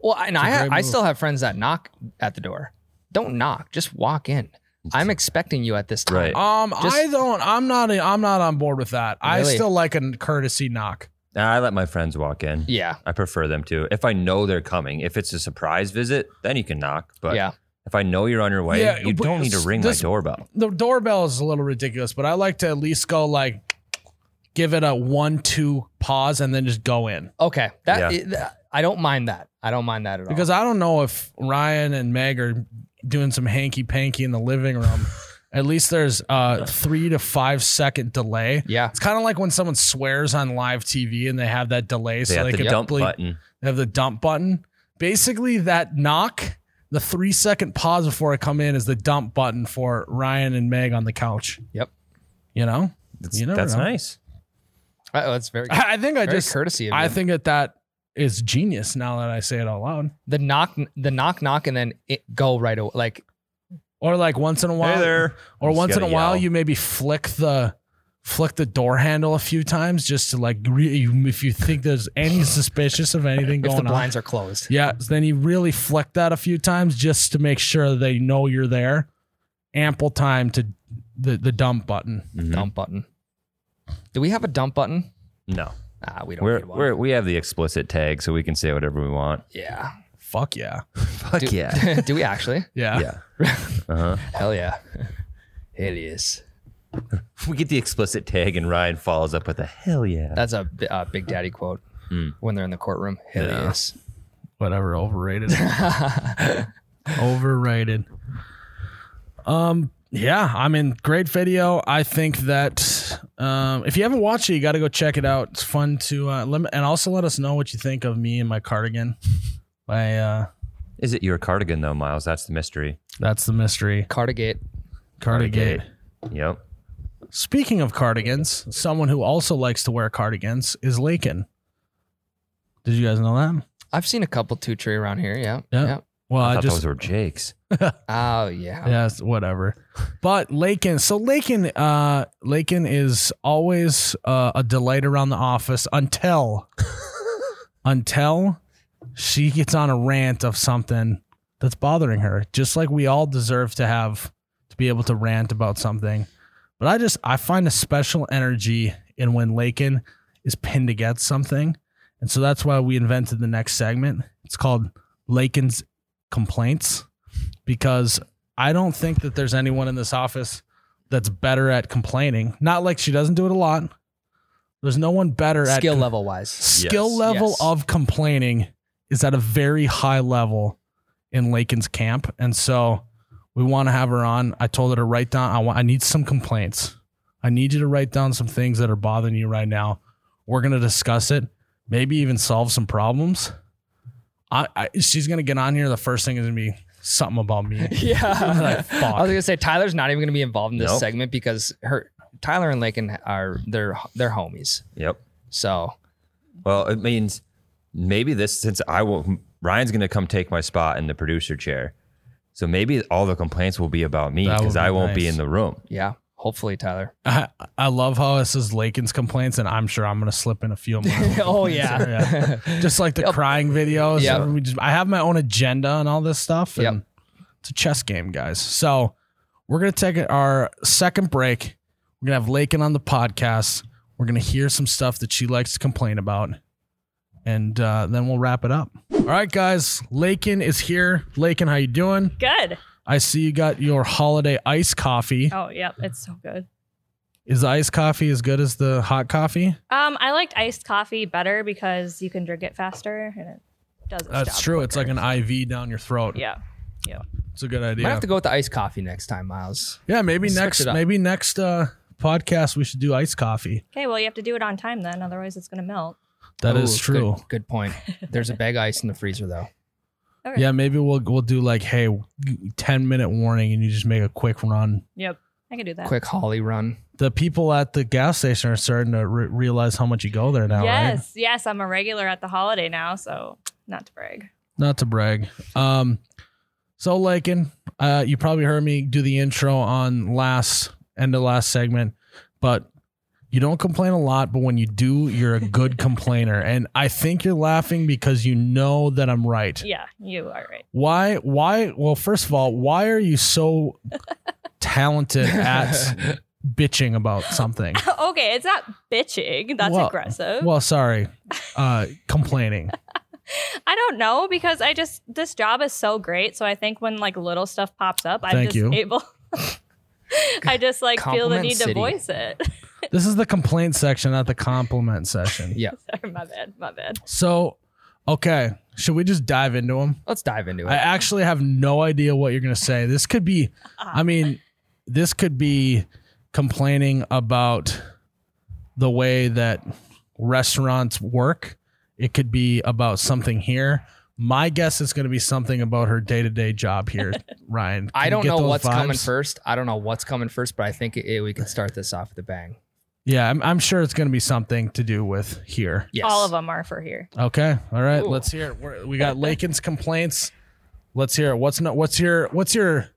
Well, and I
a
ha-
great
I
move.
still have friends that knock at the door. Don't knock, just walk in. I'm expecting you at this time.
Right.
Um,
Just-
I don't. I'm not. A, I'm not on board with that. I
Really?
still like a courtesy knock.
I let my friends walk in.
Yeah.
I prefer them to. If I know they're coming, if it's a surprise visit, then you can knock. But
yeah.
if I know you're on your way,
Yeah,
you
but
don't need to
s-
ring
this-
my doorbell.
The doorbell is a little ridiculous, but I like to at least go like, give it a one two pause, and then just go in.
Okay. That
Yeah.
it- th- I don't mind that. I don't mind that at all.
Because I don't know if Ryan and Meg are doing some hanky panky in the living room. At least there's a three to five second delay.
yeah.
It's kind of like when someone swears on live TV and they have that delay
They
so
have
they
the
can
dump
bleep-
button.
they have the dump button. Basically, that knock, the three second pause before I come in is the dump button for Ryan and Meg on the couch.
Yep.
You know,
That's,
You never
that's
know.
nice.
Uh, that's very
I think I
very
just,
courtesy of you.
I think that that is genius now that I say it out loud.
the knock the knock knock and then it go right away. Like
Or like once in a while,
hey there.
or
Just
once in a
gotta
while
yell.
you maybe flick the flick the door handle a few times just to like re- if you think there's any suspicious of anything
if
going
the
on
blinds are closed.
yeah then you really flick that a few times just to make sure they know you're there ample time to the, the dump button
Mhm.
Dump button. Do we have a dump button?
No,
Ah, we don't
we're,
need one.
we're we have the explicit tag, so we can say whatever we want.
yeah.
fuck yeah
Fuck
Do, do we actually?
yeah,
yeah. Uh-huh.
Hell yeah. It is.
We get the explicit tag, and Ryan follows up with a hell yeah.
That's a b- uh, Big Daddy quote.
Mm.
when they're in the courtroom. Hell
Yeah.
yes.
Whatever, overrated. overrated. Um, yeah, I mean, great video. I think that um, if you haven't watched it, you got to go check it out. It's fun to uh, let me, and also let us know what you think of me and my cardigan. My uh,
Is it your cardigan though, Miles? That's the mystery.
that's the mystery
Cardigate.
cardigan.
Yep.
Speaking of cardigans, someone who also likes to wear cardigans is Lakin. Did you guys know that?
I've seen a couple two tree around here. Yeah.
Yeah. Well,
I
I,
thought
just
those were Jake's.
Oh yeah.
Yeah, it's whatever. But Lakin, so Lakin, uh, Lakin is always uh, a delight around the office until, until she gets on a rant of something that's bothering her. Just like we all deserve to have to be able to rant about something. But I just I find a special energy in when Lakin is pinned against something, and so that's why we invented the next segment. It's called Lakin's complaints because I don't think that there's anyone in this office that's better at complaining. Not like she doesn't do it a lot. There's no one better at
Skill
com-
level wise.
skill
Yes.
level
Yes.
of complaining is at a very high level in Lakin's camp, and so we want to have her on. I told her to write down. I want. I need some complaints. I need you to write down some things that are bothering you right now. We're gonna discuss it. Maybe even solve some problems. I, I she's gonna get on here. The first thing is gonna be something about me.
Yeah.
Like, fuck.
I was gonna say Tyler's not even gonna be involved in this
Nope.
segment because her Tyler and Lakin are they're they're homies.
Yep.
So
Well, it means maybe this since I will Ryan's going to come take my spot in the producer chair. So maybe all the complaints will be about me
That would
because
be
I won't be
nice.
in the room.
yeah, hopefully Tyler.
I, I love how this is Lakin's complaints, and I'm sure I'm gonna slip in a few of my own
oh
complaints.
yeah.
just like the crying videos.
Yep.
We just- I have my own agenda and all this stuff. And
Yep.
It's a chess game, guys. So we're gonna take our second break. We're gonna have Lakin on the podcast. We're gonna hear some stuff that she likes to complain about, and uh, then we'll wrap it up. All right, guys. Lakin is here. Lakin, how you doing?
Good.
I see you got your holiday iced coffee.
Oh, yep. It's so good.
Is the iced coffee as good as the hot coffee?
Um, I liked iced coffee better because you can drink it faster and it does. its
That's
job
true. It's like
quicker.
an IV down your throat.
yeah.
It's a good
Might
idea.
have to go with the iced coffee next time, Miles.
Yeah, maybe
Switch
next
it up.
maybe next uh podcast we should do iced coffee.
Okay. Well, you have to do it on time then, otherwise it's gonna melt.
That is
Ooh,
true.
Good, good point. There's a bag of ice in the freezer though.
All right.
Yeah, maybe we'll we'll do like hey, 10 minute warning and you just make a quick run.
Yep. I can do that.
Quick Holly run.
The people at the gas station are starting to re- realize how much you go there now,
yes.
right?
Yes. I'm a regular at the holiday now, so not to brag.
Not to brag. Um so Lakin, uh you probably heard me do the intro on last end of last segment, but you don't complain a lot, but when you do, you're a good complainer. And I think you're laughing because you know that I'm right.
Yeah. You are right.
why why well first of all why are you so talented at bitching about something
okay. It's not bitching. That's
Well-
aggressive.
well sorry uh complaining
I don't know because I just this job is so great. So I think when like little stuff pops up, I'm
Thank
just
you.
able. I just like feel the
Compliment
need
city.
to voice it.
this is the complaint section not the compliment section
Yeah.
Sorry, my bad. My bad.
so okay should we just dive into them
Let's dive into it.
i actually have no idea what you're gonna say this could be i mean this could be complaining about the way that restaurants work. It could be about something here. My guess is going to be something about her day to day job here, Ryan. Can
I
you
don't
get
know
those
what's coming
vibes?
first. I don't know what's coming first, but I think it, we can start this off with a bang.
Yeah, I'm, I'm sure it's going to be something to do with here.
Yes.
All of them are for here.
Okay, all right.
Ooh.
Let's hear it. We're, we got Lakin's complaints. Let's hear it. What's no, What's your? What's your?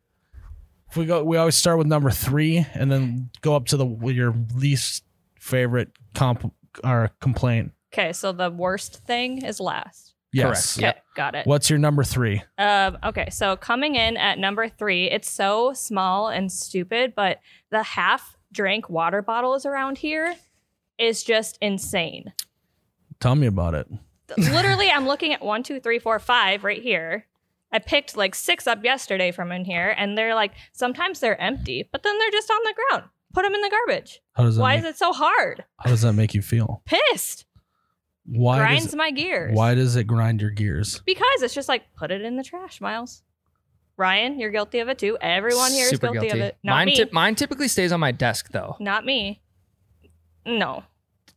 If we go, we always start with number three, and then go up to the your least favorite comp or complaint.
Okay, so the worst thing is last.
Yes.
Correct.
Okay,
Yeah.
got it.
What's your number three?
Um, okay, so coming in at number three, it's so small and stupid, but the half drank water bottles around here is just insane.
Tell me about it.
Literally, I'm looking at one, two, three, four, five right here. I picked like six up yesterday from in here, and they're like sometimes they're empty, but then they're just on the ground. Put them in the garbage.
How does that
Why
make,
is it so hard?
How does that make you feel?
Pissed.
Why
Grinds
does,
my gears.
why does it grind your gears?
Because it's just like put it in the trash, Miles. Ryan, you're guilty of it too. Everyone here is
Super
guilty, of it. Not
mine,
me.
typ- mine typically stays on my desk though.
Not me. No,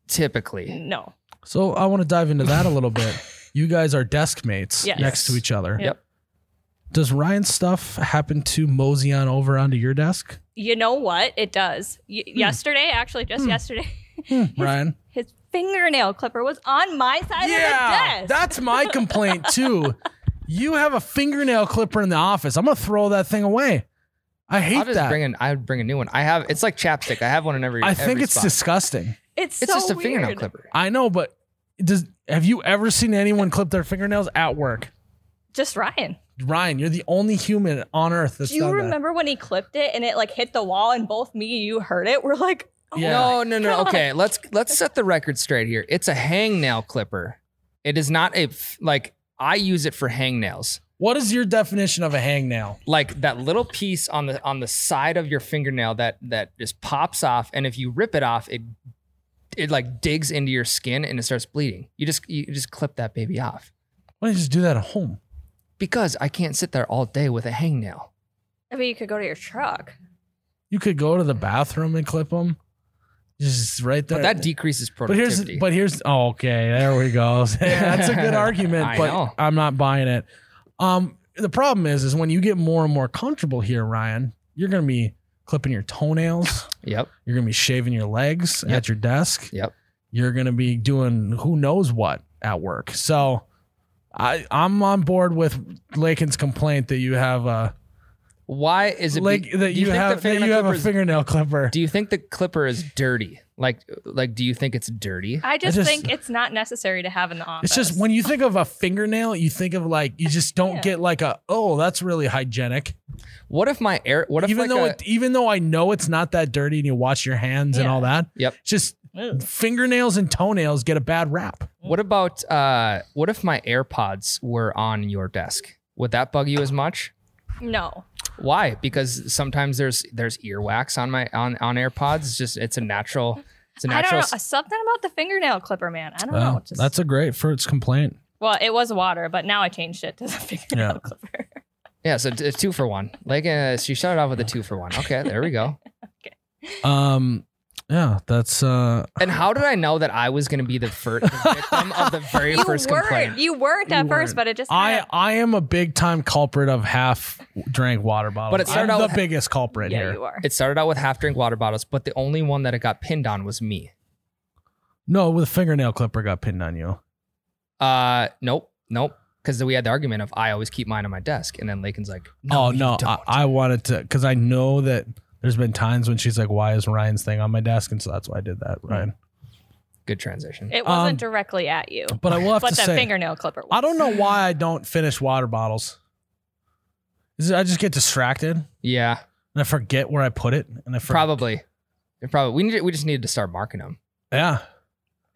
Typically,
no.
So I want to dive into that a little bit. You guys are desk mates
Yes.
next to each other.
Yep.
Does Ryan's stuff happen to mosey on over onto your desk?
You know what? It does. Y- Yesterday, actually, just yesterday,
Hmm, Ryan.
his fingernail clipper was on my side of the desk.
that's my complaint too. You have a fingernail clipper in the office. I'm gonna throw that thing away. I hate
I'll just
that.
bring an. I would bring a new one. I have. It's like chapstick. I have one in every.
I think
every
it's
spot.
disgusting.
it's
It's
so
just a fingernail
weird.
clipper.
I know, but does have you ever seen anyone clip their fingernails at work?
Just Ryan.
Ryan, you're the only human on earth that's
Do you
done
remember when he clipped it and it like hit the wall and both me and you heard it? We're like, oh.
that. Yeah.
No, no, no. Okay, let's let's set the record straight here. It's a hangnail clipper. It is not a f- like I use it for hangnails.
What is your definition of a hangnail?
Like that little piece on the on the side of your fingernail that that just pops off and if you rip it off, it it like digs into your skin and it starts bleeding. You just you just clip that baby off.
Why don't you just do that at home?
Because I can't sit there all day with a hangnail.
I mean, you could go to your truck.
You could go to the bathroom and clip them. Just right there.
But that decreases
But here's
productivity.
but here's oh, okay, there we go. That's a good argument,
I
but
know.
I'm not buying it. Um the problem is is when you get more and more comfortable here, Ryan, you're going to be clipping your toenails,
yep.
you're going to be shaving your legs
Yep.
at your desk.
Yep.
You're going to be doing who knows what at work. So I I'm on board with Lakin's complaint that you have a
Why is it be-
like
do
that you,
think the
have that
fingernail
you have
clipper
a
is-
fingernail clipper.
Do you think the clipper is dirty? Like, like, do you think it's dirty?
I just,
just-
think it's not necessary to have in the office.
It's just when you think of a fingernail, you think of like you just don't
Yeah.
get like a oh that's really hygienic.
What if my air? What if
even
like
though
a-
it, even though I know it's not that dirty and you wash your hands and
Yeah.
all that,
Yep.
it's just
Ew.
fingernails and toenails get a bad rap.
what about uh? What if my AirPods were on your desk? Would that bug you as much?
no.
Why? Because sometimes there's there's earwax on my on on AirPods. It's just it's a natural. It's a
I don't
natural.
know. Uh,
s-
Something about the fingernail clipper, man. I don't know. Just,
a great fruits complaint.
well, it was water, but now I changed it to the fingernail
Yeah.
clipper.
yeah, so t- two for one. Like uh, she started off with a two for one. Okay, there we go.
Um, yeah, that's uh,
And how did I know that I was going to be the first victim of the very
you
first
weren't.
complaint?
You weren't at
You
first,
weren't.
but it just.
I
kinda-
I am a big time culprit of half drank water bottles.
But it started
I'm
out
the
with-
biggest culprit
yeah,
here.
you are.
It started out with half drink water bottles, but the only one that it got pinned on was me.
No, with a fingernail clipper got pinned on you.
Uh, nope, nope. Because we had the argument of I always keep mine on my desk, and then Lakin's like, "No,
oh
you
no,
don't.
I, I wanted to because I know that there's been times when she's like, "Why is Ryan's thing on my desk?" And so that's why I did that, Ryan.
good transition."
It wasn't
um,
directly at you,
But I will have
but
to
that
say,
fingernail clipper. Was.
I don't know why I don't finish water bottles. Is it- I just get distracted and
yeah,
I forget where I put it, and I forget.
probably. It probably we need we just needed to start marking them.
yeah,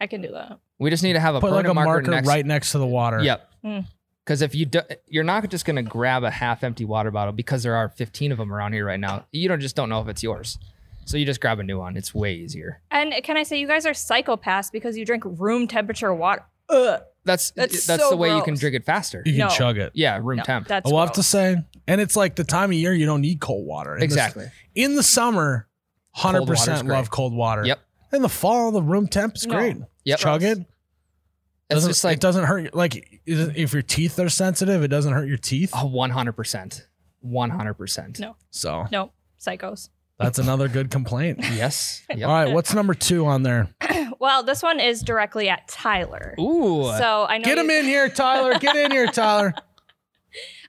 I can do that.
We just need to have a
put like a
permanent
marker,
next.
right next to the water.
Yep.
Hmm.
Because if you do, you're not just gonna grab a half-empty water bottle because there are 15 of them around here right now. You don't just don't know if it's yours, so you just grab a new one. It's way easier.
And can I say, you guys are psychopaths because you drink room temperature water.
That's
That's
that's,
so
the way you can
gross.
drink it faster.
you can
No.
chug it.
Yeah, room
No,
temp.
that's
I will Oh, have to
gross.
say, and it's like the time of year you don't need cold water. In the-
Exactly.
in the summer, hundred
water's
percent
great.
love cold water.
Yep.
In the fall, the room temp is
No.
great.
Yep.
Chug it.
It's
Doesn't-
just
it
like
doesn't hurt. your- Like if your teeth are sensitive, it doesn't hurt your teeth.
one hundred percent, one hundred percent.
No.
So
No, psychos.
that's another good complaint.
Yes. Yep.
All right, what's number two on there?
Well, this one is directly at Tyler.
Ooh.
So I know
Get
you-
him in here, Tyler. Get in here, Tyler.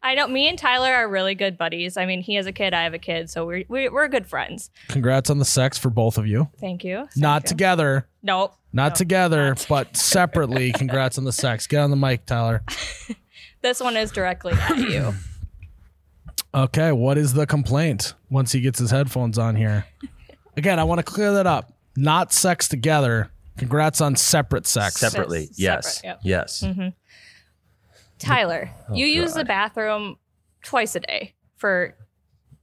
I know me and Tyler are really good buddies. I mean, he has a kid, I have a kid, so we're we, we're good friends.
Congrats on the sex for both of you.
Thank you. Thank
Not
you.
together,
Nope.
not
No,
together,
not
but separately. Congrats on the sex. Get on the mic, Tyler.
This one is directly at you.
Okay, what is the complaint once he gets his headphones on here? Again, I want to clear that up. Not sex together. Congrats on separate sex.
Separately,
Separate,
yes,
yep. Mm-hmm.
yes.
Tyler, you use the
God.
bathroom twice a day for,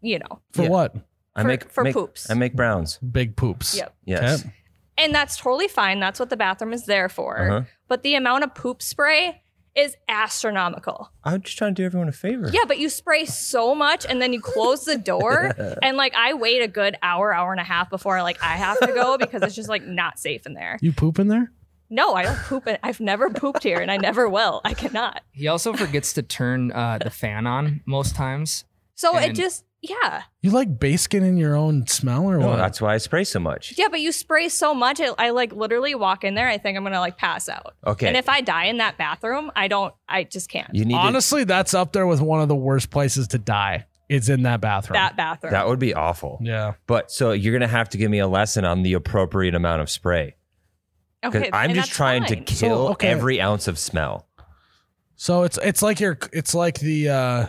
you know,
for
Yeah.
what?
I
For-
make
for
make-
poops.
I make browns.
Big poops.
yep.
Yes.
Okay.
And that's totally fine. That's what the bathroom is there for.
Uh-huh.
but the amount of poop spray is astronomical.
I'm just trying to do everyone a favor.
Yeah, but you spray so much and then you close the door and like I wait a good hour, hour and a half before like I have to go because it's just like not safe in there.
You poop in there?
No, I don't poop it. I've never pooped here and I never will. I cannot.
He also forgets to turn uh, the fan on most times.
So it
And-
just yeah.
You
You
like basking in your own smell or
No,
what?
that's why I spray so much.
Yeah, but you spray so much it, I like literally walk in there, I think I'm going to like pass out.
Okay.
And if I die in that bathroom, I don't I just can't.
you need to,
Honestly, that's up there with one of the worst places to die. It's in that bathroom.
that bathroom.
that would be awful.
yeah.
But so you're gonna have to give me a lesson on the appropriate amount of spray because
okay,
I'm
and
just
that's
trying to
fine.
kill
So, okay.
every ounce of smell.
So it's it's like your it's like the uh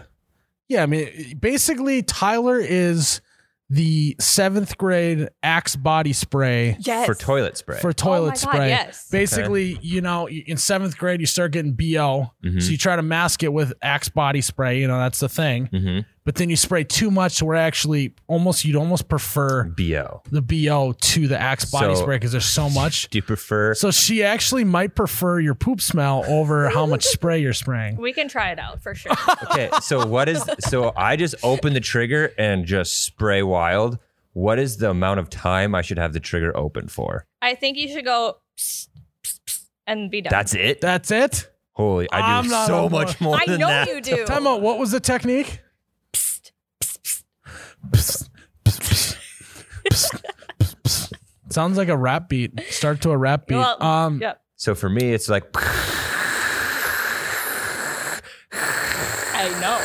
yeah, I mean basically Tyler is the seventh grade axe body spray
Yes.
for toilet spray.
for
Oh
toilet
my God,
spray.
yes.
Basically, you know, in seventh grade you start getting BO.
Mhm.
So you try to mask it with axe body spray, you know, that's the thing.
Mhm.
But then you spray too much to where actually almost you'd almost prefer
bo.
the BO to the axe body
So-
spray because there's so much.
Do you prefer?
So she actually might prefer your poop smell over how much spray you're spraying.
We can try it out for sure.
okay, so what is? So I just open the trigger and just spray wild. What is the amount of time I should have the trigger open for?
I think you should go psst, psst, psst, and be done.
That's it.
That's it.
Holy, I
I'm
do
not
so
on board.
much more
I
than
know
that.
you do.
Time out. What was the technique? Psst, psst, psst. Psst, psst, psst. Sounds like a rap beat. Start to a rap beat.
Well,
um,
yep.
So for me, it's like
I know.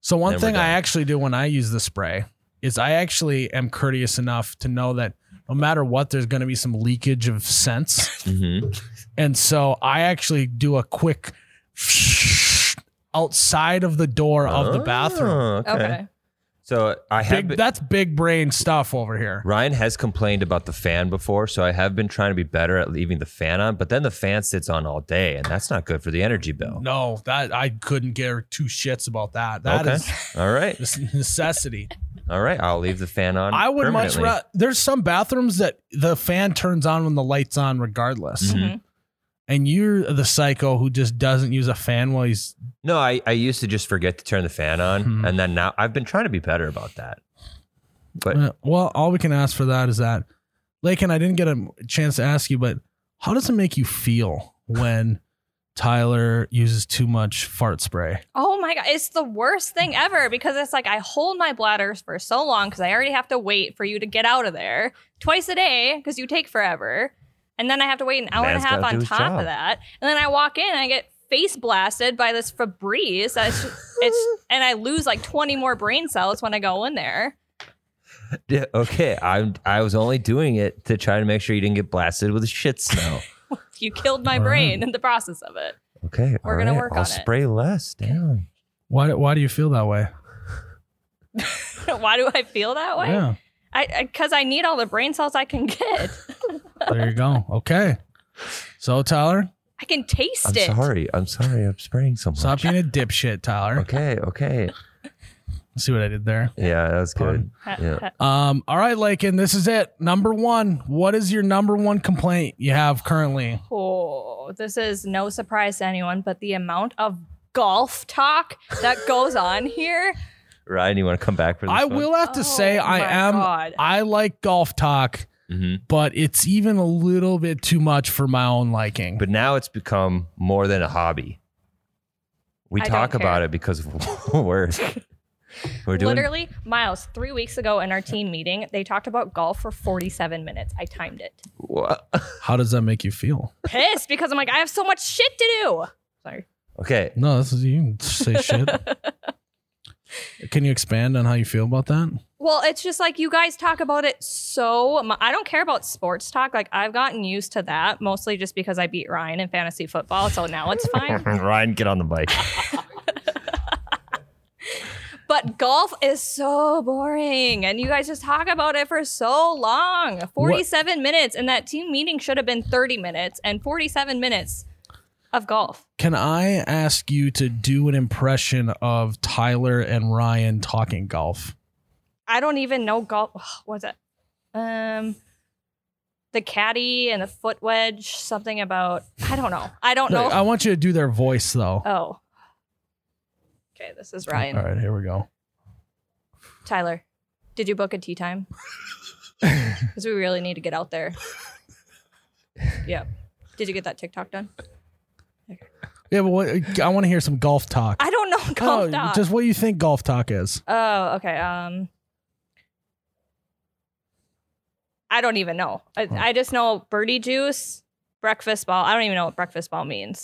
So one
Then we're
thing I
done.
actually do when I use the spray is I actually am courteous enough to know that no matter what, there's going to be some leakage of scents,
Mhm.
and so I actually do a quick outside of the door of the bathroom.
Oh,
Okay.
So I have
Big,
been-
that's big brain stuff over here.
Ryan has complained about the fan before, so I have been trying to be better at leaving the fan on, but then the fan sits on all day, and that's not good for the energy bill.
No, that I couldn't give two shits about that. That
okay.
is
all right.
this necessity.
All right. I'll leave the fan on.
I would much
permanently.
rather. There's some bathrooms that the fan turns on when the lights on,
Mm-hmm.
regardless.
Mhm.
And you're the psycho who just doesn't use a fan while he's.
No, I, I used to just forget to turn the fan on,
Hmm.
and then now I've been trying to be better about that. But-
Uh, well, all we can ask for that is that, Lakin, I didn't get a chance to ask you, but how does it make you feel when Tyler uses too much fart spray?
Oh my god, it's the worst thing ever because it's like I hold my bladders for so long because I already have to wait for you to get out of there twice a day because you take forever, and then I have to wait an hour
Man's
and a half
gotta do
on
his
top
job.
of that, and then I walk in and I get face blasted by this Febreze. That's just, it's and I lose like twenty more brain cells when I go in there.
Yeah, okay. I'm I was only doing it to try to make sure you didn't get blasted with shit snow.
You killed
All
my
right.
brain in the process of it.
Okay.
We're
all
gonna
right,
work
I'll
on it.
spray less. Damn.
Why, why do you feel that way?
Why do I feel that way?
Yeah.
I because I need all the brain cells I can get.
There you go. Okay. So, Tyler,
I can taste
I'm
it.
sorry. I'm sorry. I'm spraying so much.
stop being a dipshit, Tyler.
Okay. Okay.
See what I did there?
Yeah, that was good.
Pardon.
Yeah.
Um, all right, Lakin, this is it. Number one. What is your number one complaint you have currently?
Oh, this is no surprise to anyone, but the amount of golf talk that goes on here.
Ryan, you want to come back for this?
I
one?
will have to
Oh
say I
my
am
God.
I like golf talk,
Mhm.
but it's even a little bit too much for my own liking.
But now it's become more than a hobby. We
I don't
talk about
care.
it because of work. We're doing.
Literally, Miles, three weeks ago in our team meeting, they talked about golf for 47 minutes. I timed it.
Wha-
How does that make you feel?
Pissed because I'm like, I have so much shit to do. Sorry.
Okay.
No, this is you can say shit. Can you expand on how you feel about that?
Well, it's just like you guys talk about it so mu I don't care about sports talk. Like, I've gotten used to that mostly just because I beat Ryan in fantasy football. So now it's fine.
Ryan, get on the bike.
But golf is so boring, and you guys just talk about it for so long 47 minutes, and that team meeting should have been 30 minutes and 47 minutes of golf.
Can I ask you to do an impression of Tyler and Ryan talking golf?
I don't even know golf. What's it? Um, the caddy and the foot wedge, something about I don't know. I don't know.
I want you to do their voice though.
oh. Okay, this is Ryan.
All right, here we go.
Tyler, did you book a tea time? Because we really need to get out there. Yeah. Did you get that TikTok done?
Yeah, but what, I want to hear some golf talk.
I don't know. Golf
Oh,
dog.
Just what you think golf talk is.
Oh, okay. Um, I don't even know. I, I just know birdie juice, breakfast ball. I don't even know what breakfast ball means.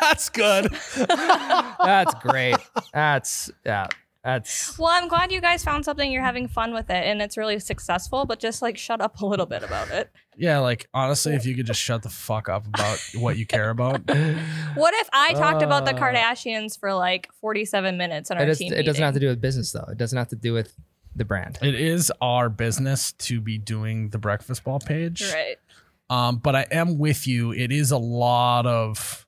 That's good.
That's great. That's yeah. That's
well, I'm glad you guys found something you're having fun with it and it's really successful, but just like shut up a little bit about it.
Yeah, like honestly, if you could just shut the fuck up about what you care about.
What if I talked about the
Uh,
Kardashians for like 47 minutes on
it,
our
is,
team?
it doesn't have
meeting?
to do with business though. It doesn't have to do with the brand.
It is our business to be doing the breakfast ball page.
Right.
Um, but I am with you. It is a lot of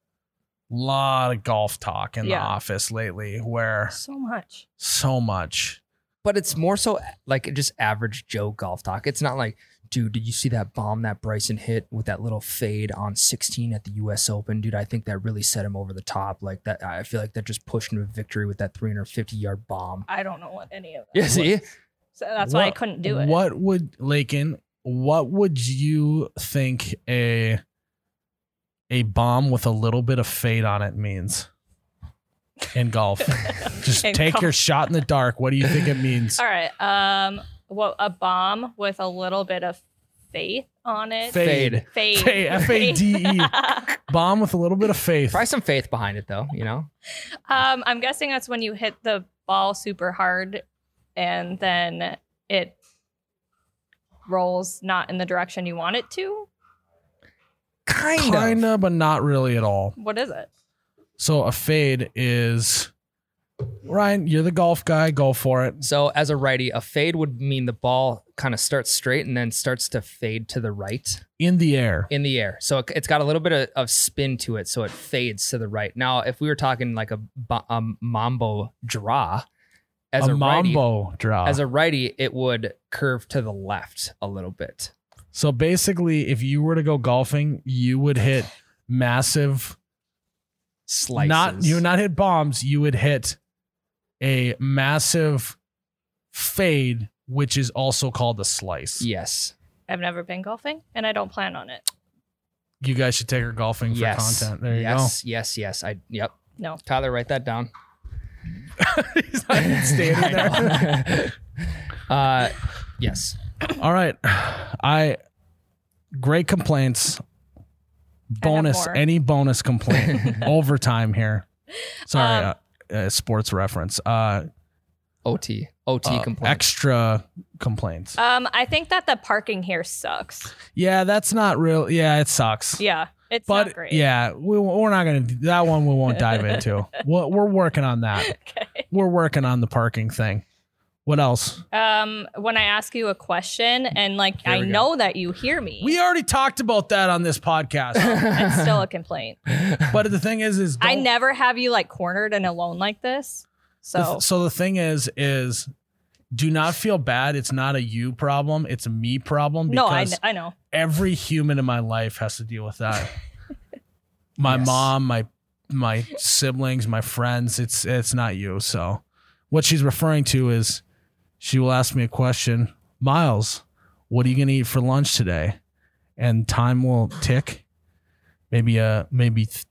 lot of golf talk in
Yeah.
the office lately where
So much.
so much.
But it's more so like just average Joe golf talk. It's not like, dude, did you see that bomb that Bryson hit with that little fade on 16 at the U.S. Open, dude? I think that really set him over the top. Like that, I feel like that just pushed him to victory with that 350 yard bomb.
I don't know what any of that.
Yeah, see,
So that's why I
What-
couldn't do it.
What would Lakin? What would you think a a bomb with a little bit of fade on it means in golf? Just
In
take
golf.
your shot in the dark. What do you think it means?
All right. Um, what a bomb with a little bit of faith on it.
Fade.
Fade.
Fade, F-A-D-E.
um,
Bomb with a little bit of faith.
probably some faith behind it though. You know,
Um, I'm guessing that's when you hit the ball super hard and then it rolls not in the direction you want it to.
kind,
Kinda, but not really at all.
What is it?
So a fade is Ryan, you're the golf guy, go for it.
So as a righty, a fade would mean the ball kind of starts straight and then starts to fade to the right.
In the air.
in the air. So it, it's got a little bit of, of spin to it, so it fades to the right. Now, if we were talking like a, bo- a mambo draw, as a,
a
righty,
mambo draw.
as a righty, it would curve to the left a little bit.
So basically, if you were to go golfing, you would hit massive
Slices.
Not you would not hit bombs. You would hit a massive fade, which is also called a slice.
Yes.
I've never been golfing and I don't plan on it.
You guys should take her golfing for
yes.
content. There you
yes. Yes. Yes. I. Yep.
No.
Tyler, write that down.
go. He's not even standing there.
there. uh, yes.
All right, I great complaints. Bonus,
more.
any bonus complaint, overtime here. Sorry,
Um,
uh, uh, sports reference. Uh,
OT. OT
uh,
complaint.
extra complaints.
Um, I think that the parking here sucks.
yeah, that's not real. Yeah, it sucks.
Yeah. It's
But
not great.
yeah, we, we're not going to that one. We won't dive into. we're, we're working on that.
Okay.
We're working on the parking thing. What else?
Um, when I ask you a question and like
Here
I
we go.
know that you hear me,
We already talked about that on this podcast.
it's still a complaint.
but the thing is, is
I
don't-
never have you like cornered and alone like this.
the-
So
so the thing is, is do not feel bad. It's not a you problem. It's a me problem
no, I,
because
kn- I know.
every human in my life has to deal with that. my
Yes.
mom, my my siblings, my friends. It's it's not you. So what she's referring to is she will ask me a question, Miles, what are you gonna eat for lunch today? And time will tick. Maybe uh maybe th-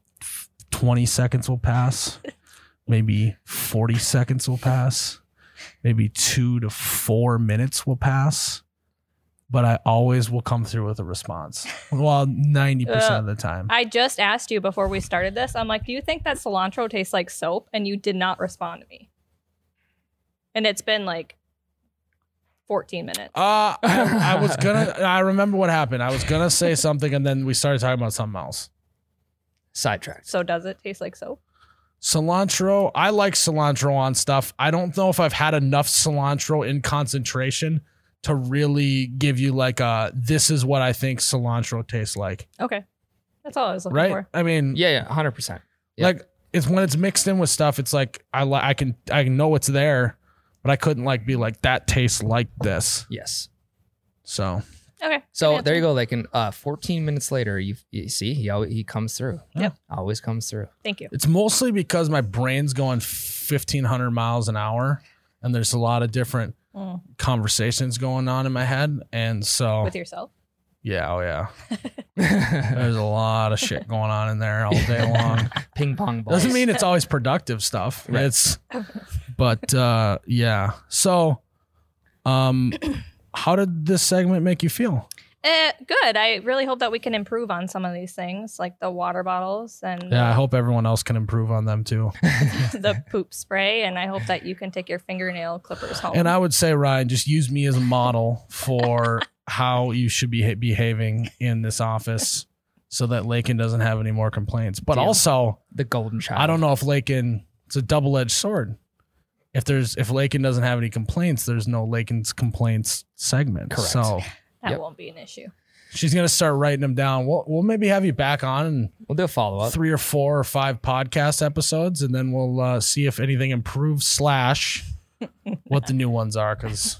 twenty seconds will pass. Maybe forty seconds will pass. Maybe two to four minutes will pass but I always will come through with a response. Well, 90% of the time.
I just asked you before we started this. I'm like, do you think that cilantro tastes like soap? And you did not respond to me. And it's been like 14 minutes.
Uh, I, I was gonna, I remember what happened. I was gonna say something and then we started talking about something else.
Sidetracked.
So does it taste like soap?
Cilantro, I like cilantro on stuff. I don't know if I've had enough cilantro in concentration to really give you like a this is what I think cilantro tastes like,
Okay. That's all I was looking
right?
for.
I mean,
Yeah. Yeah. Hundred percent. Yeah.
like it's when it's mixed in with stuff it's like i li- i can i know it's there but i couldn't like be like that tastes like this
Yes.
so
Okay.
So
Good
there you go. Like in uh, 14 minutes later, you, you see he always, he comes through.
Yep.
always comes through.
Thank you.
It's mostly because my brain's going 1500 miles an hour and there's a lot of different
Mm.
conversations going on in my head and so
With yourself.
yeah, oh yeah.
Ping
There's a lot of shit going on in there all day long.
pong balls.
Doesn't mean it's always productive stuff.
Right.
It's but uh yeah. So um how did this segment make you feel?
Uh, good. I really hope that we can improve on some of these things, like the water bottles and
Yeah, I hope everyone else can improve on them too.
the poop spray. And I hope that you can take your fingernail clippers home.
And I would say, Ryan, just use me as a model for how you should be ha- behaving in this office so that Lakin doesn't have any more complaints. But
Deal.
also,
the golden child.
I don't know if Lakin, it's a double edged sword. If there's if Lakin doesn't have any complaints, there's no Lakin's complaints segment.
Correct.
So
that
Yep.
won't be an issue.
she's gonna start writing them down. We'll we'll maybe have you back on
We'll do a follow
in
up.
three or four or five podcast episodes, and then we'll uh, see if anything improves slash what the new ones are because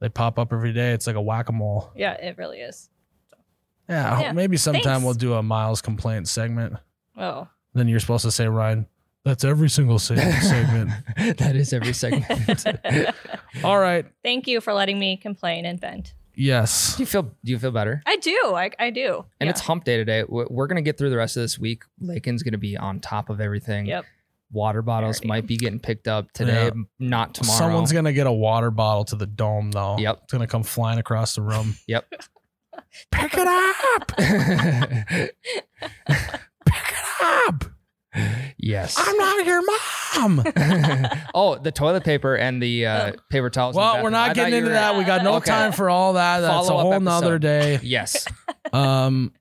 they pop up every day. It's like a whack a mole.
Yeah, it really is.
Yeah, I hope-
Yeah.
maybe sometime
Thanks.
we'll do a Miles complaint segment.
Oh,
Then you're supposed to say Ryan. That's every single se- segment.
that is every segment. do
All right.
thank you for letting me complain and vent.
Yes.
you feel? Do you feel better?
I do. I, I do.
And
Yeah.
it's hump day today. We're we're gonna get through the rest of this week. Lakin's gonna be on top of everything.
Yep.
Water bottles
Alrighty.
might be getting picked up today,
Yeah.
m- not tomorrow.
Someone's gonna get a water bottle to the dome though.
Yep.
It's gonna come flying across the room.
Yep.
Pick it up. Pick it up.
yes.
I'm not your mom.
oh, the toilet paper and the uh, paper towels. in the
Well, we're
bathroom.
not
I thought
getting
you
into
were-
that. We got no
Okay.
time for all that. That's
Follow-up
a whole
episode.
nother day.
Yes.
Um,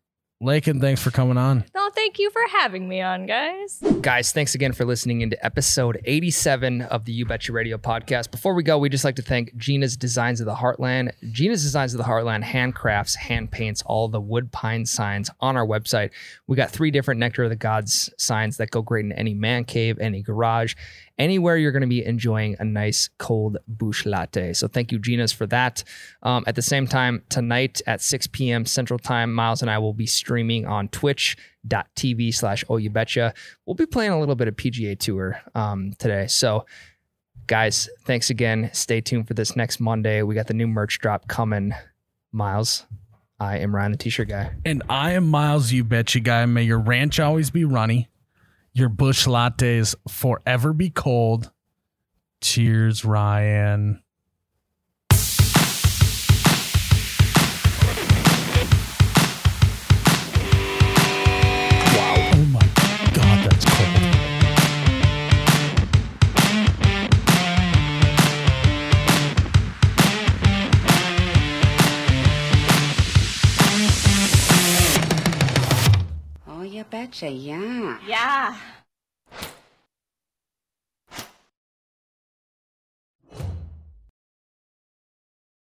Lakin, thanks for coming on.
No, thank you for having me on, guys.
Guys, thanks again for listening into episode 87 of the You Betcha Radio podcast. Before we go, we just like to thank Gina's Designs of the Heartland. Gina's Designs of the Heartland handcrafts, hand paints all the wood pine signs on our website. We got three different Nectar of the Gods signs that go great in any man cave, any garage, anywhere you're going to be enjoying a nice cold bush latte. So thank you, Gina's, for that. Um, at the same time, tonight at 6 p.m. Central Time, Miles and I will be streaming on twitch.tv slash oh you betcha. We'll be playing a little bit of PGA Tour um, today. So, guys, thanks again. Stay tuned for this next Monday. We got the new merch drop coming. Miles, I am Ryan the T-shirt guy.
And I am Miles, you betcha guy. May your ranch always be runny, your bush lattes forever be cold. Cheers, Ryan. Wow. Oh my God, that's cold.
Oh, you betcha, yeah.
Yeah.